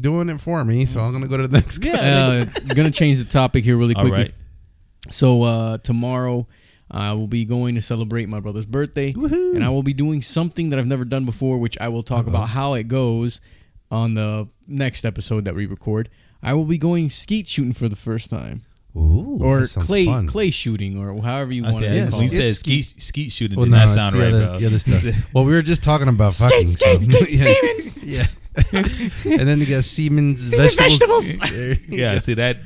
B: doing it for me, so I'm gonna go to the next guy.
C: Yeah,
A: *laughs* uh, gonna change the topic here really
C: all
A: quickly.
C: right.
A: So uh, tomorrow, I will be going to celebrate my brother's birthday, and I will be doing something that I've never done before, which I will talk
B: Uh-huh.
A: about how it goes on the next episode that we record. I will be going skeet shooting for the first time,
B: Ooh,
A: or
B: that sounds
A: clay
B: fun.
A: clay shooting, or however you want
C: Okay,
A: to
B: Yes.
A: call
C: we
A: it.
B: It's
C: said
B: skeet-
C: skeet skeet shooting
B: Well,
C: did
B: no,
C: not
B: it's
C: sound
B: the
C: right,
B: other,
C: bro.
B: the other stuff. well, we were just talking about fucking.
D: skate,
B: so-
D: skate,
B: *laughs* yeah. yeah. *laughs* and then you got Siemens
D: Siemens
B: vegetables.
C: *laughs*
B: *laughs*
C: yeah, see that.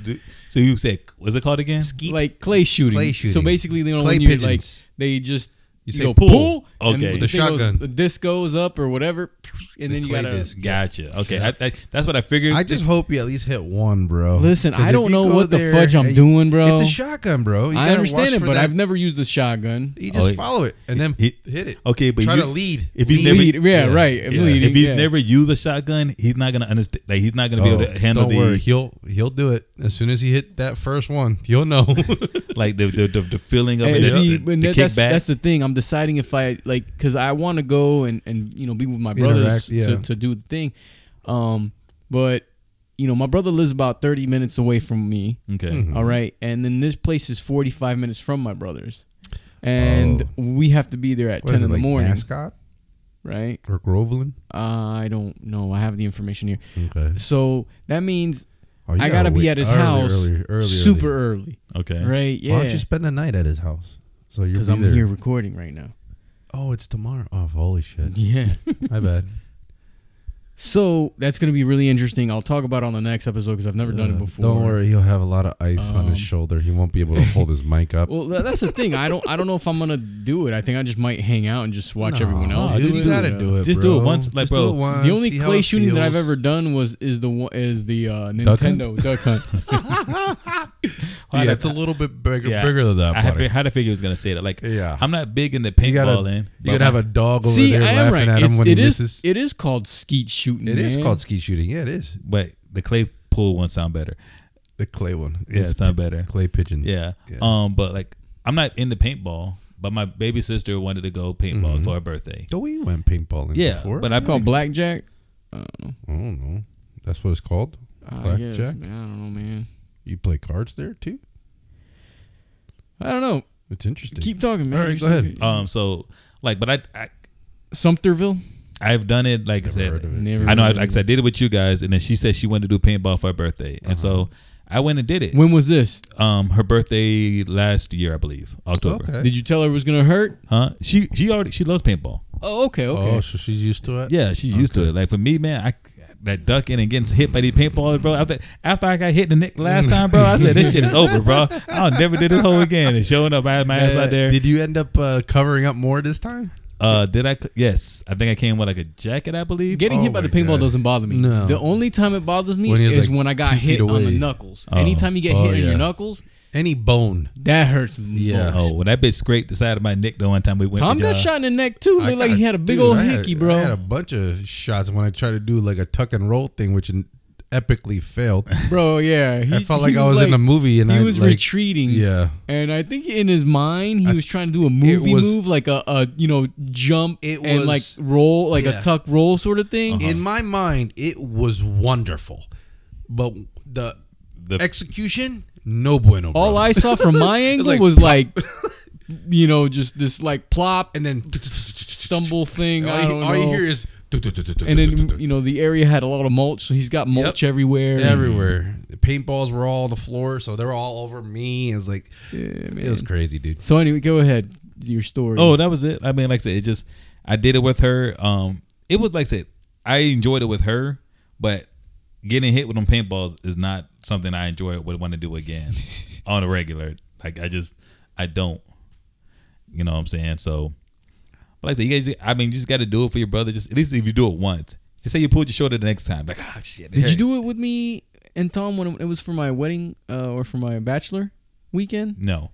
C: So you said, was it called again?
A: like clay shooting.
B: Clay
A: So
B: shooting.
A: basically, you know,
B: Clay
A: when you like,
B: pigeons.
A: they just you,
B: You say
A: go
B: pull.
A: pull, and
C: Okay. With
B: a
A: thing goes-
B: shotgun.
A: the disc goes up or whatever, and
B: The
A: then you
B: clay
A: gotta
B: disc.
C: Gotcha. Okay, I, I, that's what I figured.
B: I just hope you at least hit one, bro.
A: Listen,
B: 'Cause
A: I
B: if
A: don't
B: you
A: know
B: go
A: what the
B: there
A: fudge I'm
B: and you-
A: doing, bro.
B: It's a shotgun, bro. You
A: I
B: gotta
A: understand
B: watch
A: it,
B: for
A: but
B: that.
A: I've never used a shotgun.
B: You just
C: Oh, it-
B: follow it and then
C: it-
B: hit it.
C: okay, but
B: try
C: you-
B: to lead.
C: if you
B: Lead.
C: never-
A: Lead, yeah,
B: yeah,
A: right.
B: yeah.
A: leading,
C: if he's
A: yeah.
C: never used a shotgun, he's not gonna understand. Like he's not gonna be able
B: Oh,
C: to handle
B: don't
C: the
B: worry, he'll he'll do it as soon as he hit that first one. You'll know.
C: *laughs*
B: *laughs*
C: like the the, the, the feeling of
A: And
C: it, the-
A: see,
C: the,
A: and
C: the
A: that- that's,
C: kickback.
A: that's the thing. I'm deciding if I like because I want to go and and you know be with my brothers
B: Interact, yeah.
A: to, to do the thing, um, but you know my brother lives about 30 minutes away from me.
C: okay.
B: Mm-hmm.
A: all right, and then this place is 45 minutes from my brother's, and
B: Oh.
A: we have to be there at
B: What
A: 10
B: is it,
A: in the
B: like
A: morning.
B: Mascot?
A: right?
B: or Groveland.
A: Uh, I don't know. I have the information here.
B: Okay.
A: So that means
B: Oh, you
A: I
B: gotta
A: gotta be
B: wait
A: at his
B: early,
A: house
B: early, early,
A: super early,
C: Okay.
A: right?
B: Why don't
A: Yeah,
B: you spend the night at his house? So you're
A: because I'm here recording right now.
B: Oh, it's tomorrow. Oh, holy
A: *laughs*
B: shit!
A: Yeah.
B: My bad.
A: so that's gonna be really interesting. I'll talk about it on the next episode because I've never done
B: Uh,
A: it before.
B: Don't worry, he'll have a lot of ice on his
A: Um,
B: shoulder. He won't be able to hold his mic up.
A: Well, tha- that's the thing. I don't. I don't know if I'm gonna do it. I think I just might hang out and just *laughs* watch
B: No,
A: everyone else.
B: dude,
A: do
B: you
A: it.
B: gotta do it.
C: Just
B: bro.
C: do it once, like,
B: Just do
C: bro,
B: it once,
A: The only
B: see how
A: clay
B: it
A: shooting that I've
B: feels.
A: ever done was is the one is the uh,
B: Duck hunt?
A: Nintendo Duck Hunt.
C: How
B: Yeah,
C: to-
B: it's a little bit bigger,
C: Yeah.
B: bigger than that.
C: I had,
B: buddy.
C: to, had to figure he was gonna say that. Like,
B: Yeah.
C: I'm not big in the
B: you gotta,
C: paintballing.
B: you gotta have a dog *laughs* over
A: See,
B: there
A: I am right.
B: laughing at him
A: It's,
B: when
A: it
B: he
A: is-
B: misses.
A: It is called skeet shooting.
B: It is
A: man.
B: called ski shooting. Yeah, it is
C: but the clay pool one sound better.
B: the clay one.
C: Yeah, it sound better.
B: clay pigeons.
C: Yeah. Um, but like, I'm not into paintball. But my baby sister wanted to go paintball for her birthday.
B: So we went paintballing
C: Yeah,
B: Mm-hmm. before.
C: but
B: I
C: I
A: It's called blackjack. I don't know.
B: don't know. That's what it's called.
A: I guess,
B: Blackjack?
A: man, I don't know, man.
B: You play cards there too.
A: I don't know.
B: It's interesting.
A: Keep talking, man.
B: All
A: You're
B: right, go
A: so
B: ahead.
A: good.
C: um, so like, but I, I
A: Sumterville.
C: I've done it. Like I
B: Never
C: said,
B: heard of it.
A: Never
C: I know. I,
A: heard of
C: like I
A: it.
C: said, I did it with you guys, and then she said she wanted to do paintball for her birthday, and
B: Uh-huh.
C: so I went and did it.
A: When was this?
C: Um, her birthday last year, I believe, October.
B: Okay.
A: Did you tell her it was gonna hurt?
C: Huh? She she already she loves paintball.
A: Oh, okay, okay.
B: Oh, so she's used to it.
C: Yeah, she's used to it. Like for me, man, I that ducking and getting hit by these paintballs, bro. After after I got hit in the neck last time, bro, I said this shit is over, bro. I'll never do this whole again. And showing up, I had my ass out there.
B: Did you end up uh, covering up more this time?
C: Uh, did I? Yes, I think I came with like a jacket, I believe.
A: Getting
B: Oh
A: hit by
B: my
A: the paintball
B: God.
A: doesn't bother me.
B: No.
A: The only time it bothers me
B: When he was,
A: is
B: like,
A: when I got
B: two
A: hit
B: feet
A: on the
B: away.
A: knuckles.
C: Oh.
A: Anytime you get
B: Oh,
A: hit on
B: yeah.
A: your knuckles,
B: Any bone?
A: that hurts. Yeah.
B: Yeah.
C: Oh, when that bitch scraped the side of my neck the one time we went.
A: Tom
C: to
A: got
C: y'all.
A: shot in the neck too.
B: uh, I
A: Looked like
B: got-
A: he had a big
B: dude,
A: old
B: I had-
A: hickey, bro.
B: I had a bunch of shots when I tried to do like a tuck and roll thing, which n- epically
A: *laughs*
B: failed.
A: bro, yeah. He,
B: I felt
A: he
B: like I was in a movie, and
A: He
B: I
A: was
B: like,
A: retreating.
B: Yeah,
A: And I think in his mind he
B: I-
A: was trying to do a movie
B: was-
A: move, like a, a you know jump
B: It
A: and like
B: was-
A: roll, like a
B: yeah. Uh-huh.
A: tuck roll sort of thing.
C: Uh-huh.
B: in my mind, it was wonderful, but the,
C: The-
B: execution, no bueno.
A: All
B: brother.
A: I saw from
B: *laughs*
A: my angle
B: like
A: was like, you know, just this like plop
B: *laughs*
A: and
B: and then
A: stumble thing.
B: *laughs* All,
A: I
B: you,
A: don't
B: all
A: know.
B: you hear is
A: and
B: *laughs*
A: then you know the area had a lot of mulch, so he's got mulch everywhere. and-
B: everywhere. The paintballs were all on the floor, so they were all over me. It was like
A: Yeah, man.
B: it was crazy, dude.
A: so anyway, go ahead. Your story.
C: Oh, that was it. I mean, like I said, it just I did it with her. Um, it was like I said, I enjoyed it with her, but getting hit with them paintballs is not something I enjoy. Would want to
A: *laughs*
C: do again on a regular. Like I just I don't. You know what I'm saying? So, but like I said, you guys. I mean, you just got to do it for your brother. Just at least if you do it once. Just say you pulled your shoulder the next time. Like ah shit.
A: did you do it with me and Tom when it was for my wedding uh, or for my bachelor weekend?
C: No.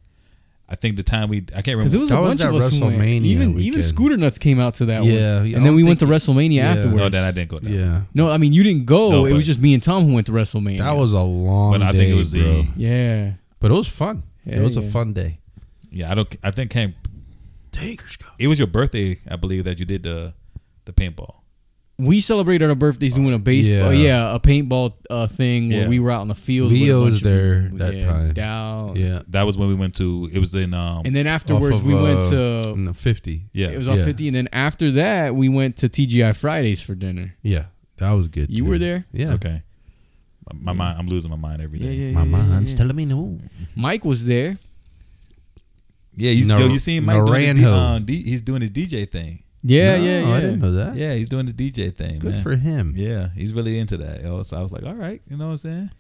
C: I think the time we I can't
A: Because it
C: remember.
A: was
B: That
A: a bunch
B: was that
A: of us who went.
B: WrestleMania
A: Even even
B: weekend.
A: Scooter Nuts came out to that
B: Yeah,
A: one.
B: yeah, I
A: and then
B: don't
A: we went to
B: think it-
A: WrestleMania
B: yeah.
A: afterwards.
C: no, then I didn't go down.
B: Yeah,
A: No, I mean you didn't go.
C: No,
A: it
C: but-
A: was just me and Tom who went to WrestleMania.
B: that was a long.
C: But I think it was
B: day, bro.
C: the
A: yeah.
B: But it was fun.
A: Yeah,
B: it was
A: yeah.
B: a fun day.
C: yeah. I don't. I think came
B: Takers go.
C: It was your birthday, I believe, that you did the the paintball.
A: We celebrated our birthdays doing a baseball, yeah,
B: Uh, yeah.
A: a paintball uh, thing where
C: Yeah.
A: we were out on the field.
B: Leo
A: with a bunch
B: was
A: of
B: there
A: people.
B: that
A: yeah,
B: time.
A: Dow.
B: Yeah.
C: That was when we went to. It was in. Um,
A: And then afterwards,
B: Off of,
A: we went
B: uh,
A: to
B: no, fifty.
C: yeah,
A: it was on
B: yeah.
A: fifty, and then after that, we went to TGI Fridays for dinner.
B: Yeah, that was good.
A: You
B: too.
A: were there?
B: Yeah.
C: okay. My mind, I'm losing my mind every day.
A: yeah,
B: My
A: yeah,
B: mind's
A: yeah.
B: telling me no.
A: Mike was there.
C: Yeah, you,
B: Nar-
C: yo, you seen Mike doing his, D-
B: Naranjo.
C: um, D, he's doing his DJ thing.
A: Yeah,
B: No, oh,
A: yeah, yeah.
B: I didn't know that.
C: Yeah, he's doing his DJ thing.
B: Good
C: man.
B: for him.
C: Yeah, he's really into that. Yo. So I was like, all right, you know what I'm saying?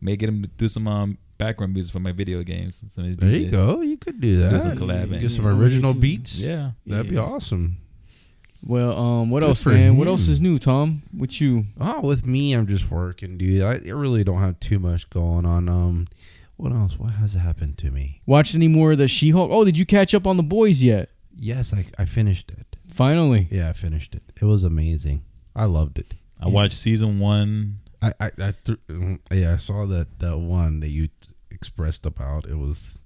C: May get him to do some um, background music for my video games. Some of his
B: There you
C: DJs.
B: go. You could do that.
C: Do some collabing.
B: Get some
A: Yeah,
B: original
A: yeah.
B: beats.
C: Yeah.
B: That'd be
A: Yeah.
B: awesome.
A: Well, um, what
B: Good
A: else,
B: for
A: man? What else
B: him.
A: is new, Tom? With you?
B: Oh, with me, I'm just working, dude. I, I really don't have too much going on. Um, what else? What has happened to me?
A: Watched any more of the She-Hulk? Oh, did you catch up on the boys yet?
B: Yes, I, I finished it.
A: Finally.
B: Yeah, I finished it. It was amazing. I loved it.
C: I watched season one.
B: I I, I th- yeah, I saw that that one that you t- expressed about. It was,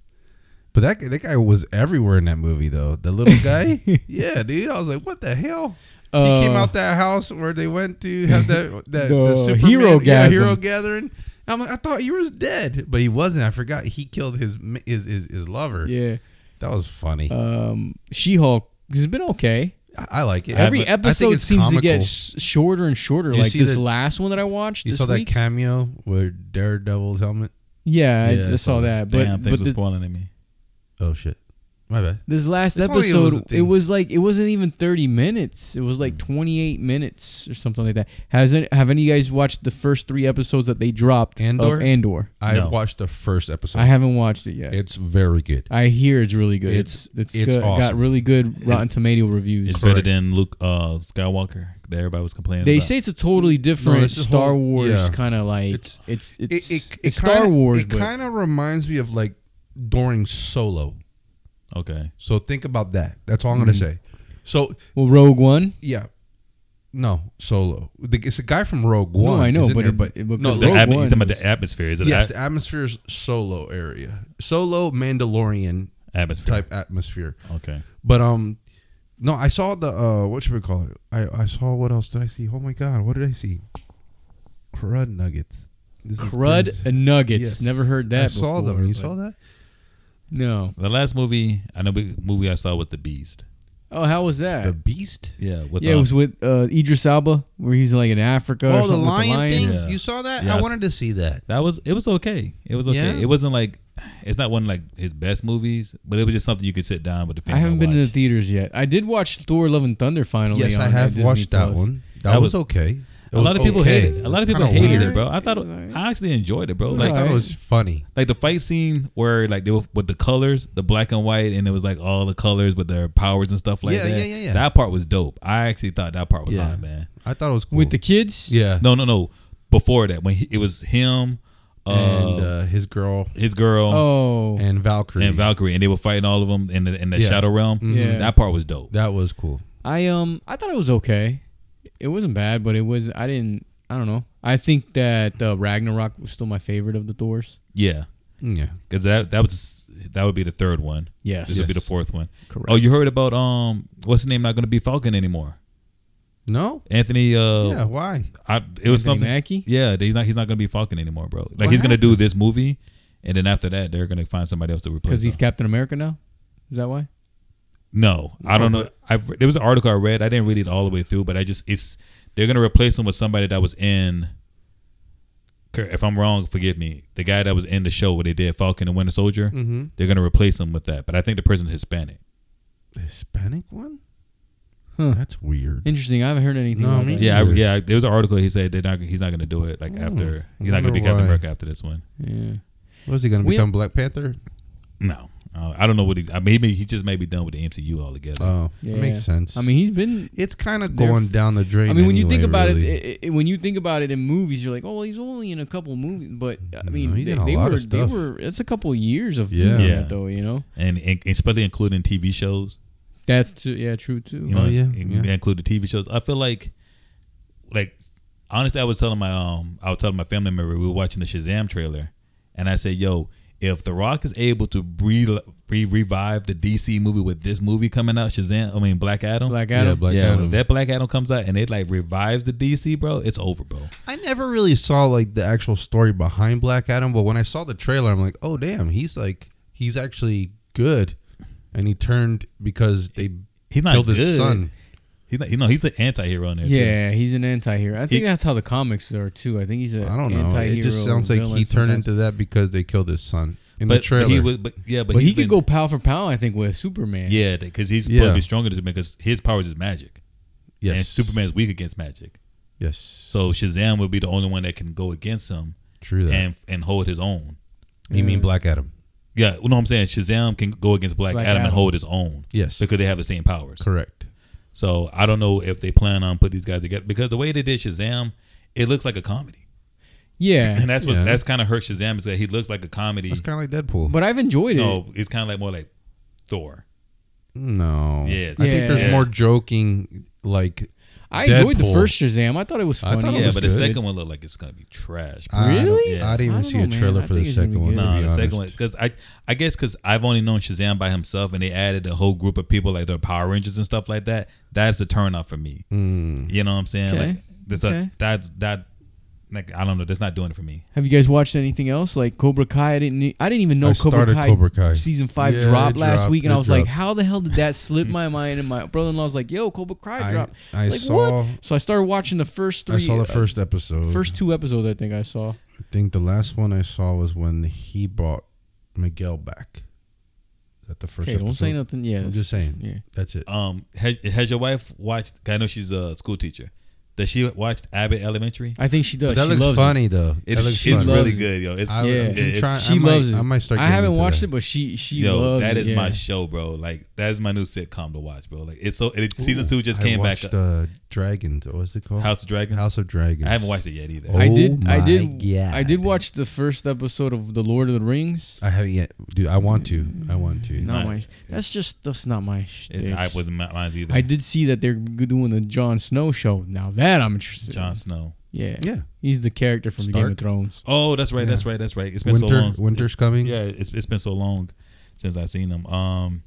B: but that guy- that guy was everywhere in that movie though. The little
C: *laughs*
B: guy, yeah, dude. I was like, what the hell?
A: Uh,
B: he came out that house where they went to
A: *laughs*
B: have that that
A: The
B: the, Superman,
A: hero
B: yeah,
A: gasm.
B: hero gathering. I'm like, I thought you was dead, but he wasn't. I forgot he killed his m- his his, his lover.
A: Yeah. Uh,
B: That was funny.
A: Um, She-Hulk has been okay.
B: I like it.
A: Every
B: I think
A: episode
B: it's
A: seems to
B: comical.
A: get sh- shorter and shorter.
B: You
A: like
B: see
A: this
B: that-
A: last one that I watched.
B: You
A: this
B: saw that
A: week's?
B: cameo with Daredevil's helmet?
A: Yeah, I,
B: Yeah,
A: I
B: I
A: saw
B: saw
A: that. But,
C: Damn,
A: but
C: thanks for
A: this-
C: spoiling it, me.
B: Oh shit, my bad.
A: this last
B: It's only- it was
A: episode,
B: a
A: it
B: thing. Hmm.
A: was like it wasn't even thirty minutes. It was like twenty eight minutes or something like that. Has any, have any of you guys watched the first three episodes that they dropped of
B: Andor?
A: Andor?
B: I
C: No.
B: watched the first episode.
A: I haven't watched it yet.
B: it's very good.
A: I hear it's really good. It's it's,
B: It's- it's
A: good. got
B: awesome.
A: really good Rotten Tomato reviews.
C: It's
B: Correct.
C: better than Luke uh, Skywalker that everybody was complaining
A: They
C: about.
A: say it's a totally different
B: No, it's just
A: Star
B: whole-
A: Wars
B: yeah.
A: kind of like it's
B: It's-
A: it's
B: It,
A: it's,
B: it,
A: Star
B: kinda,
A: Wars,
B: It
A: but
B: kind of reminds me of like during Solo.
C: okay.
B: So think about that. That's all I'm
A: Mm-hmm.
B: gonna say. So
A: well, Rogue One.
B: yeah, no Solo. The, it's a guy from Rogue One.
A: No, I know,
B: is in
A: but
B: there,
A: it-
B: but,
A: it-
B: no,
A: because
C: Oh, The
A: Rogue
B: Rogue
C: atmo-
A: One
C: you're talking about
A: was-
C: the atmosphere. Is it
B: Yes,
C: a-
B: the atmosphere's Solo area, Solo Mandalorian
C: atmosphere?
B: type atmosphere.
C: Okay.
B: But um, no, I saw the uh, what should we call it? I I saw what else did I see? Oh my god, what did I see? Crud nuggets. This is
A: Crud
B: crazy.
A: and Nuggets.
B: Yes.
A: Never heard that.
B: I saw
A: before,
B: them. You
A: but-
B: saw that?
A: No.
C: The last movie I know big movie I saw was The Beast.
A: Oh, how was that?
B: The Beast.
C: Yeah, with
A: yeah,
C: uh,
A: it was with uh, Idris Alba, where he's like in Africa. or
B: Oh, the
A: something with
B: lion, thing.
C: Yeah.
B: You saw that?
C: Yeah, I
B: I
C: s-
B: wanted to see that.
C: that was it was okay. It was okay.
B: Yeah?
C: It wasn't like it's not one of like his best movies, but it was just something you could sit down with the
A: I
C: family.
A: haven't
C: and
A: been to the
C: watch.
A: theaters yet. I did watch Thor: Love and Thunder finally.
B: Yes,
A: on
B: I
A: at
B: have
A: Disney
B: watched that
A: Plus.
B: one. That,
C: That
B: was,
C: was-
B: okay. It
C: a
B: was
C: lot of people
B: okay.
C: hated it. A lot of
B: It was
C: people
B: kinda
C: hated
B: weird.
C: it, bro. I thought
A: It was alright.
C: I actually enjoyed it, bro.
B: I
C: Like
B: thought it was funny.
C: like the fight scene where like they were with the colors, the black and white, and it was like all the colors with their powers and stuff like
B: Yeah,
C: that.
B: yeah, yeah, yeah.
C: That part was dope. I actually thought that part was
B: Yeah.
C: hot, man.
B: I thought it was cool.
A: with the kids.
B: yeah,
C: No, no, no. Before that, when he, it was him, uh,
B: and uh, his girl
C: his girl,
A: Oh,
B: and Valkyrie.
C: and Valkyrie, and they were fighting all of them in the in the
B: Yeah.
C: Shadow Realm.
A: Mm-hmm. Yeah.
C: That part was dope.
B: that was cool.
A: I um, I thought it was okay. It wasn't bad, but it was. I didn't. I don't know. I think that uh, Ragnarok was still my favorite of the Thors.
C: Yeah,
B: Yeah.
C: because that that was that would be the third one.
A: Yes.
C: This would be the fourth one.
A: Correct.
C: Oh, you heard about um, what's his name? Not going to be Falcon anymore.
B: No.
C: Anthony.
A: Oh.
C: Uh,
B: yeah. Why?
C: I, it was
A: Anthony
C: something.
A: Mackie?
C: Yeah, that he's not. He's not going to be Falcon anymore, bro. Like he's going to do this movie, and then after that, they're going to find somebody else to replace.
A: because he's
C: him.
A: Captain America now. Is that why?
C: no, I don't know. I've there was an article I read. I didn't read it all the way through, but I just it's they're going to replace him with somebody that was in. If I'm wrong, forgive me. The guy that was in the show where they did Falcon and Winter Soldier,
B: Mm-hmm.
C: they're going to replace him with that. But I think the person's Hispanic.
B: The Hispanic one?
A: Huh.
B: That's weird.
A: Interesting. I haven't heard anything.
B: No,
A: about
B: me
A: that.
C: Yeah, I,
B: Weird.
C: yeah. There was an article he said they're not. He's not going to do it. Like after he's not going to be
B: Mm. wonder
C: Captain
B: why.
C: America after this one.
A: yeah.
B: Was he gonna
A: We-
B: become Black Panther?
C: No, uh, I don't know what. He, I mean, maybe he just may be done with the MCU altogether.
B: Oh,
A: Yeah.
B: that makes sense.
A: I mean, he's been.
B: it's kind of
A: they're-
B: going down the drain.
A: I mean, when you
B: anyway,
A: think about
B: really.
A: it, it, it, when you think about it in movies, you're like, oh, well, he's only in a couple movies. But I
B: No,
A: mean,
B: he's
A: they,
B: in a
A: they
B: lot
A: were,
B: of stuff.
A: they were. It's a couple years of
B: Yeah.
A: doing it,
C: Yeah.
A: though. You know,
C: and, and especially including TV shows.
A: that's too, yeah, true too.
C: You know,
B: Oh, yeah,
C: and-
B: yeah.
C: and include the TV shows. I feel like, like honestly, I was telling my um, I was telling my family member we were watching the Shazam trailer, and I said, "Yo, if The Rock is able to re, re- revive the DC movie with this movie coming out, Shazam, I mean Black Adam,
A: Black
B: Yeah,
A: Adam.
B: Black
C: yeah,
B: Adam.
C: if that Black Adam comes out and it like revives the DC, bro, it's over, bro.
B: I never really saw like the actual story behind Black Adam, but when I saw the trailer, I'm like, oh damn, he's like he's actually good, and he turned because they
C: He's not
B: killed
C: good.
B: his son.
C: He's not, you know, he's an anti-hero in there. too.
A: Yeah, he's an anti-hero. I think
C: He-
A: that's how the comics are too. I think he's an
B: I don't know.
A: anti-hero.
B: It just sounds like
A: villain
B: he turned
A: sometimes.
B: into that because they killed his son in
C: but
B: the trailer.
C: But he was, but yeah, but,
A: But he
C: he's
A: could
C: been-
A: go pound for pound. I think with Superman.
C: Yeah, because he's
B: Yeah.
C: probably stronger than Superman because his powers is magic.
B: yes,
C: And Superman's weak against magic.
B: Yes,
C: So Shazam would be the only one that can go against him
B: true that.
C: and and hold his own.
B: you mean Black Adam?
C: Yeah, you know what I'm saying? Shazam can go against Black,
A: Black
C: Adam,
A: Adam.
C: and hold his own.
B: Yes.
C: Because they have the same powers.
B: Correct.
C: So I don't know if they plan on put these guys together because the way they did Shazam, it looks like a comedy. *laughs*
A: yeah.
C: And that's what
B: Yeah.
C: that's kind of hurt Shazam is that he looks like a comedy.
B: That's kind of like Deadpool.
A: But I've enjoyed it.
C: No, it's kind of like more like Thor.
B: no,
C: Yes.
B: I think there's
A: Yeah.
B: more joking. Like
A: I enjoyed the
B: Deadpool.
A: first Shazam. I thought it was
B: I
A: funny.
B: thought it
C: Yeah,
B: was
C: but the
B: good.
C: second one looked like it's gonna be trash. bro.
B: I don't-
A: Really?
B: I, didn't
A: I
B: even
A: don't
B: see
A: know,
B: a trailer
A: man.
B: for
A: I
B: the
A: think it's gonna be
B: second one.
A: good.
C: No,
B: to
C: the
B: be
C: second one
B: honest.
C: because I I guess because I've only known Shazam by himself, and they added a whole group of people like the Power Rangers and stuff like that. That's a turn off for me.
B: Mm.
C: You know what I'm saying?
A: Okay.
C: Like that's
A: Okay.
C: a that that like I don't know. That's not doing it for me.
A: Have you guys watched anything else like Cobra Kai? I didn't. e- I didn't even know
B: I
A: Cobra
B: started
A: Kai,
B: Cobra Kai.
A: season five
B: Yeah,
A: dropped
B: it
A: last
B: dropped,
A: week, and
B: it
A: I was like,
B: dropped.
A: how the hell did that
B: *laughs*
A: slip my mind? And my brother-in-law was like, yo, Cobra Kai
B: I-
A: dropped.
B: I
A: like,
B: saw-
A: What? So I started watching the first three.
B: I saw
A: uh,
B: the first episode.
A: first two episodes. I think I saw.
B: I think the last one I saw was when he brought Miguel back. Is that the first?
A: Okay, don't say
B: episode?
A: nothing. Yeah,
B: I'm
A: that's-
B: just saying.
A: yeah. Oh,
B: That's it.
C: Um, has, has your wife watched? I know she's a school teacher. Does she watch Abbott Elementary?
A: I think she does.
B: that
A: she
B: looks
A: loves
B: funny though.
C: It
B: that looks
C: is it's
A: fun.
B: funny.
C: really
A: Loves it.
C: good, yo. It's
B: I-
A: Yeah.
B: I'm
C: it's-
B: trying-
A: It. She
B: I might-
A: loves it.
B: I might start
A: I
B: getting
A: haven't
B: into
A: watched
B: that.
A: it, but she she
C: yo,
A: loves
C: that
A: it.
C: is
A: yeah.
C: my show, bro. Like that is my new sitcom to watch, bro. Like it's so it, season two just
B: I
C: came back.
B: watched, Uh, Dragons. What's it called?
C: House of Dragons.
B: House of Dragons.
C: I haven't watched it yet either.
B: Oh.
A: I did. I
B: my
A: did. I did
B: God.
A: watch the first episode of The Lord of the Rings.
B: I haven't yet, dude. I want to. I want to.
A: Not
C: not-
A: my. That's just that's not my.
C: It's,
A: shtick.
C: I wasn't mi- mine either.
A: I did see that they're g- doing the Jon Snow show. Now that I'm interested.
C: Jon
A: John.
C: Snow.
A: Yeah.
B: Yeah.
A: He's the character from Game of
B: Stark.
A: Thrones.
C: Oh, that's right.
B: Yeah.
C: That's right. That's right. It's been so
B: Winter.
C: long.
B: winter's
C: It's-
B: coming.
C: Yeah, it's, it's been so long since I've seen them. Um,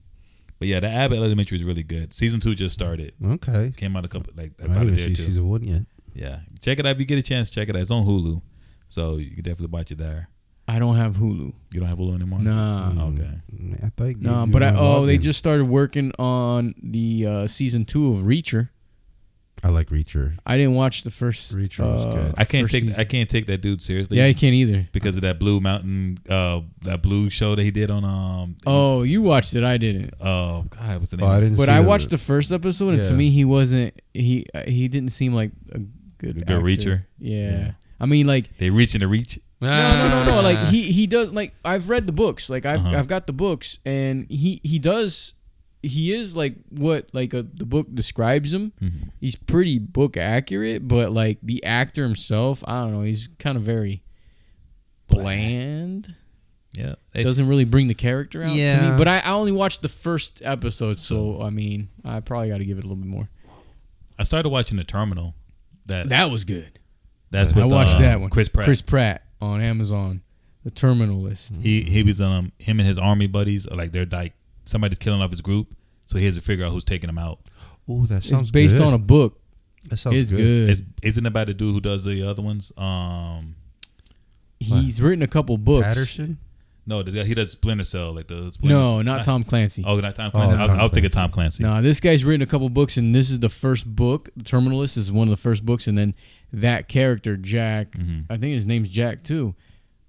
C: but yeah, the Abbott Elementary is really good. Season two just started.
B: Okay.
C: Came out a couple like
B: I
C: about a
B: haven't
C: day or
B: seen
C: two.
B: season one yet.
C: Yeah, check it out if you get a chance. Check it out. It's on Hulu, so you can definitely watch it there.
A: I don't have Hulu.
C: You don't have Hulu anymore?
A: Nah.
C: Okay.
B: Mm, I thought.
A: Nah, but I, oh, they just started working on the uh, season two of Reacher.
B: I like Reacher.
A: I didn't watch the first.
B: Reacher was
A: uh,
B: good.
C: I can't
A: first
C: take
A: season.
C: I can't take that dude seriously.
A: yeah, I can't either.
C: because of that Blue Mountain, uh, that Blue show that he did on um.
A: Oh, you watched it. I didn't.
C: Oh God, what's the name?
B: Oh, I
C: of it?
B: didn't.
A: But
B: see
A: I
B: the-
A: watched the first episode, and to
B: Yeah.
A: me, he wasn't. He uh, he didn't seem like a good
C: Good
A: actor.
C: Reacher?
A: Yeah.
C: Yeah.
A: I mean, like
C: They reaching the reach.
A: no, no, no, no. Like
B: Ah. *laughs*
A: he he does. Like I've read the books. Like I've
C: Uh-huh.
A: I've got the books, and he he does. He is like what like a, the book describes him.
C: Mhm.
A: He's pretty book accurate, but like the actor himself, I don't know. He's kind of very bland.
C: Yeah,
A: It
C: They-
A: doesn't really bring the character out to me.
B: Yeah.
A: But I, I only watched the first episode, so I mean, I probably got to give it a little bit more.
C: I started watching The Terminal. That,
A: That was good.
C: that's
A: I
C: with,
A: watched
C: uh,
A: that one.
C: Chris Pratt.
A: Chris Pratt on Amazon. The Terminal List.
C: He he was um him and his army buddies are like they're like somebody's killing off his group, so he has to figure out who's taking him out.
B: Oh, that sounds
A: it's based
B: good.
A: on a book.
B: That sounds
A: it's
B: good.
A: good.
C: It's, isn't it about the dude who does the other ones? Um,
A: He's written a couple books.
B: Patterson.
C: no, the, guy- he does Splinter Cell like the Splinter
A: No, not Tom Clancy.
C: Oh, not Tom Clancy.
B: Oh,
C: I'll,
B: Tom
C: I'll think of
B: Clancy.
C: Tom Clancy.
A: No, this guy's written a couple books, and this is the first book. The Terminalist is one of the first books, and then that character Jack, I think his name's Jack too,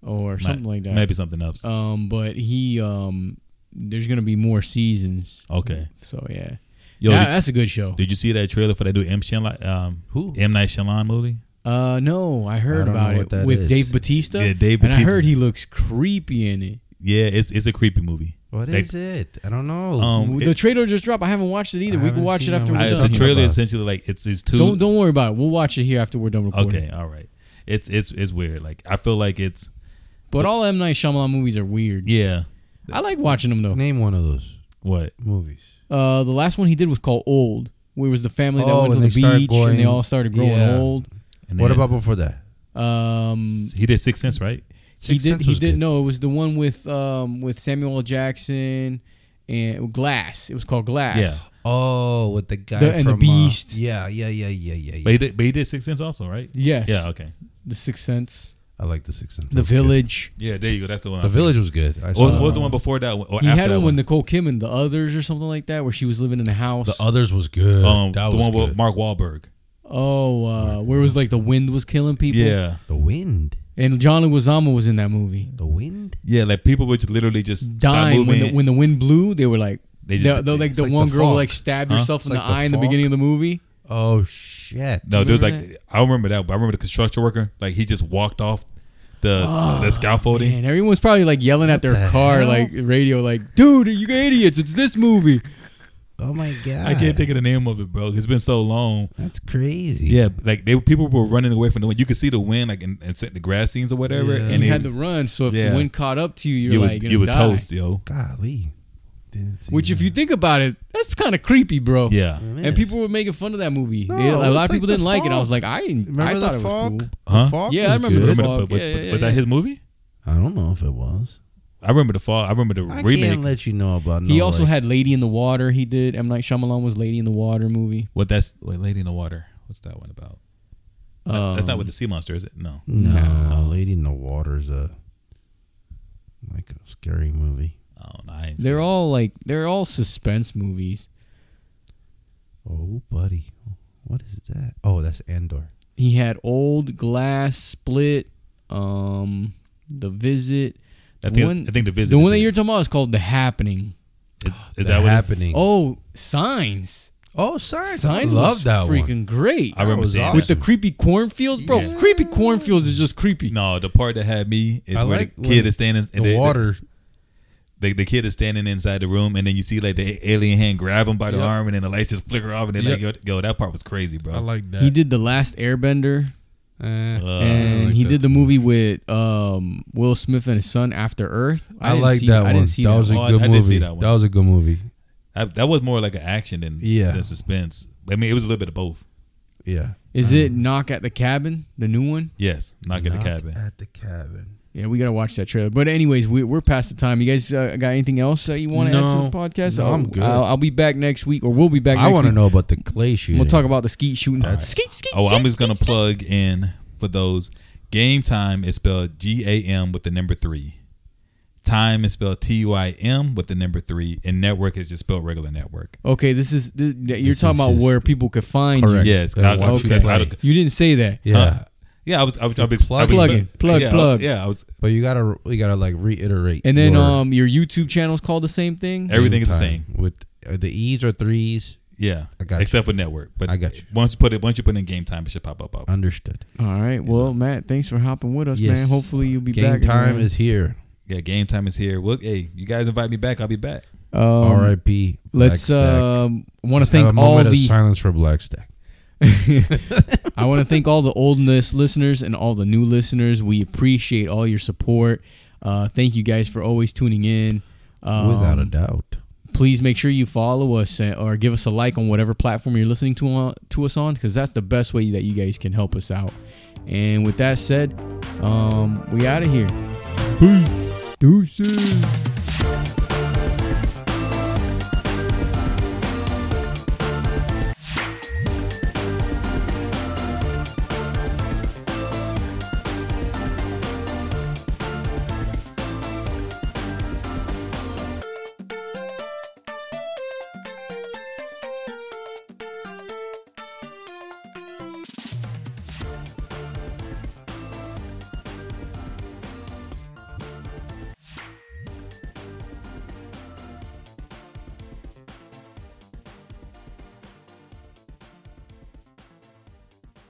A: or
C: Might-
A: something like that.
C: Maybe something else.
A: Um, but he um, there's gonna be more seasons.
C: okay.
A: So yeah,
C: Oh. Yo,
A: That-
C: did,
A: that's a good show.
C: did you see that trailer for that new M Shyamalan, um,
B: Who?
C: M Night Shyamalan movie?
A: Uh, no, I heard
B: I don't know
A: about
B: what
A: it
B: that
A: with
B: is.
A: Dave Batista.
C: Yeah, Dave
A: And I
C: Bautista.
A: heard he looks creepy in it.
C: Yeah, it's it's a creepy movie.
B: What
C: They-
B: is it? I don't know.
C: Um,
A: the
C: it-
A: trailer just dropped. I haven't watched it either.
B: I
A: we can
B: haven't
A: watch it
B: seen
A: after
B: that
A: we're
B: one.
C: I-
A: done.
C: the
A: here.
C: trailer
B: about?
C: essentially like it's it's 2
A: Don't don't worry about it. We'll watch it here after we're done recording.
C: okay, all right. It's it's it's weird. Like I feel like it's
A: But all M Night Shyamalan movies are weird.
C: yeah.
A: I like watching them though.
B: Name one of those
C: What?
B: movies.
A: Uh, the last one he did was called Old, where it was the family that
B: Oh,
A: went to
B: and
A: the
B: they started
A: beach and they
B: going-
A: all started growing
B: Yeah.
A: old.
C: And
B: What
C: then-
B: about before that?
A: Um,
C: He did Six Sense, right?
A: he
B: Sixth
A: did.
B: Sense
A: He
B: was
A: did.
B: good.
A: No, it was the one with um with Samuel L. Jackson and Glass. It was called Glass.
C: Yeah.
B: Oh, with the guy
A: The- and
B: from
A: the
B: uh,
A: Beast.
B: yeah, yeah, yeah, yeah, yeah. yeah.
C: But he did, but he did Six Sense also, right?
A: Yes.
C: Yeah. Okay.
A: The Sixth Sense.
B: I like the Sixth Sense.
A: The
B: That was good.
A: Village.
C: Yeah. There you go. That's the one.
B: The
C: I'm
B: Village was good. I
C: thinking. What,
B: saw
C: what was
B: that
C: the one
B: one.
C: before that one? Or
A: He
C: after
A: had
C: that
A: one with Nicole Kidman, The Others, or something like that, where she was living in a house.
B: The others was good.
C: Um,
B: that
C: the
B: was
C: one with
B: good.
C: Mark Wahlberg.
A: oh, uh, where it was like the wind was killing people.
C: Yeah.
B: the wind.
A: And John Leguizamo was in that movie.
B: The wind.
C: Yeah. Like people would just literally just stop
A: dying
C: moving.
A: when the, when the wind blew. They were like,
C: They
A: they
C: just-
A: though, like
B: it's
A: the
B: like
A: one
B: the
A: girl
B: fog.
A: like stabbed
C: Huh?
A: herself in
B: It's
A: the
B: like the
A: eye in the
B: fog.
A: beginning of the movie.
B: Oh shit.
C: no, there was like
A: remember
C: I don't remember that. But I remember the construction worker. Like he just walked off the
A: Oh,
C: the scaffolding.
A: And everyone's probably like yelling at their
B: the
A: car,
B: hell?
A: like radio, like, dude, you idiots! It's this movie.
B: Oh my god.
C: I can't think of the name of it, bro. It's been so long.
B: That's crazy.
C: Yeah, like they people were running away from the wind. You could see the wind, like in, in the grass scenes or whatever.
B: Yeah.
C: And
A: And
C: they,
A: you had to run, so if
C: Yeah.
A: the wind caught up to you, you're
C: you
A: like,
C: would,
A: gonna
C: you would
A: die.
C: toast, yo.
B: Golly. Didn't see
A: Which, if
B: that.
A: you think about it, that's kind of creepy, bro.
C: Yeah.
B: It
A: And
B: is.
A: people were making fun of that movie.
B: No,
A: They- a
B: it was
A: lot of
B: like
A: people
B: The
A: didn't like it. I
B: Fog.
A: was like, I,
B: remember
A: I thought
B: the
A: it was
B: fog?
A: cool.
C: Huh?
B: The fog
A: Yeah, I
B: was
A: remember
B: good.
A: the
C: Remember
A: fog.
C: the- but-
A: Yeah,
C: but-
A: yeah,
C: was that
A: yeah.
C: his movie?
B: I don't know if it was.
C: I remember the fall. I remember the
B: I
C: remake.
B: can't let you know about.
A: He
B: no,
A: also
B: like-
A: had Lady in the Water. He did M Night Shyamalan was Lady in the Water movie.
C: what that's wait, Lady in the Water. What's that one about? That's
A: Um,
C: not what the sea monster is. It no.
B: No, Lady in the Water is a like a scary movie.
C: Oh, no, I ain't seen
A: They're
C: it.
A: all like they're all suspense movies.
B: Oh, buddy, what is that? Oh, that's Andor.
A: He had Old Glass, Split, um, The Visit.
C: I
A: The
C: think-
A: one-
C: I think The Visit
A: The
C: is
A: one that
C: it.
A: you're talking about is called The Happening.
C: Is, is
B: that
C: that what it is?
B: happening?
A: Oh, Signs.
B: oh, sorry.
A: Signs love
B: I love that
A: freaking
B: one.
A: great.
C: I remember
B: was
C: seeing
B: awesome.
A: With the creepy cornfields, bro.
C: Yeah.
A: Creepy cornfields is just creepy.
C: No, the part that had me is
B: I
C: where
B: like
C: the
B: when
C: kid is standing
B: The
C: in the,
B: water.
C: The, the, kid is standing inside the room, and then you see like the alien hand grab him by the
B: Yep.
C: arm, and then the lights just flicker off, and then
B: Yep.
C: like, yo, yo, that part was crazy, bro.
B: I like that.
A: He did The Last Airbender.
B: Eh,
C: Uh,
A: and
B: I like
A: he
B: that
A: did the
B: too.
A: movie with um, Will Smith and his son After Earth.
B: I,
A: didn't
B: like
A: see-
B: that
A: I
B: one.
A: didn't see
B: that
A: that.
B: was a
C: one. Oh, I-
B: good
C: I did see
B: movie.
C: that one.
B: That was a good movie.
C: I, that was more like an action than
B: Yeah.
C: than suspense. I mean, it was a little bit of both.
B: Yeah.
A: Is it Knock at the Cabin, the new one?
C: Yes, knock at the
B: Knock
C: cabin.
B: At the cabin.
A: Yeah, we gotta watch that trailer. But anyways, we, we're past the time. You guys uh, got anything else that you want to add to
B: No.
A: the podcast?
B: No,
A: I'll,
B: I'm good.
A: I'll, I'll be back next week, or we'll be back.
B: I
A: next
B: want to
A: week.
B: know about the clay shooting.
A: We'll talk about the skeet shooting.
B: All right.
A: Skeet, skeet.
C: Oh, I'm
A: skeet,
C: just gonna
A: skeet,
C: plug in for those. Game time is spelled G A M with the number three. Time is spelled T U I M with the number three, and network is just spelled regular network.
A: skeet. Okay, this is this, you're
B: This
A: talking
B: is
A: about
B: his-
A: where people could find
B: Correct.
A: you.
C: Yes,
B: Then
C: I- I-
B: watch
A: you
C: that's-
B: play.
C: I-
A: You didn't say that.
B: Yeah.
C: Huh? yeah, I was. I was. I was I was-
A: Plug it. Plug,
C: yeah,
A: plug.
C: Yeah, I was.
B: But you gotta you gotta like reiterate.
A: And then
B: your
A: um, your YouTube channel's called the same thing.
C: Every- everything is the
B: time.
C: same.
B: with uh, the E's or threes.
C: Yeah,
B: I got you.
C: except for network. But
B: I got you.
C: Once you put it, once you put in game time, it should pop up. up.
B: Understood.
A: All right. Well, Matt, thanks for hopping with us,
B: Yes.
A: man. Hopefully you'll be
B: Game
A: back.
B: time
A: man.
B: is here.
C: Yeah, game time is here. Well, hey, you guys invite me back, I'll be back.
A: Um,
B: R.I.P.
A: Let's
B: Blackstack.
A: um, want to
B: Have a
A: thank all
B: moment of
A: the
B: silence for Blackstack.
A: I want to thank all the old list listeners and all the new listeners. We appreciate all your support. Uh, thank you guys for always tuning in. Um,
B: Without a doubt.
A: Please make sure you follow us and, or give us a like on whatever platform you're listening to on, to us on, because that's the best way that you guys can help us out. And with that said, um, we out of here. Peace. Deuces.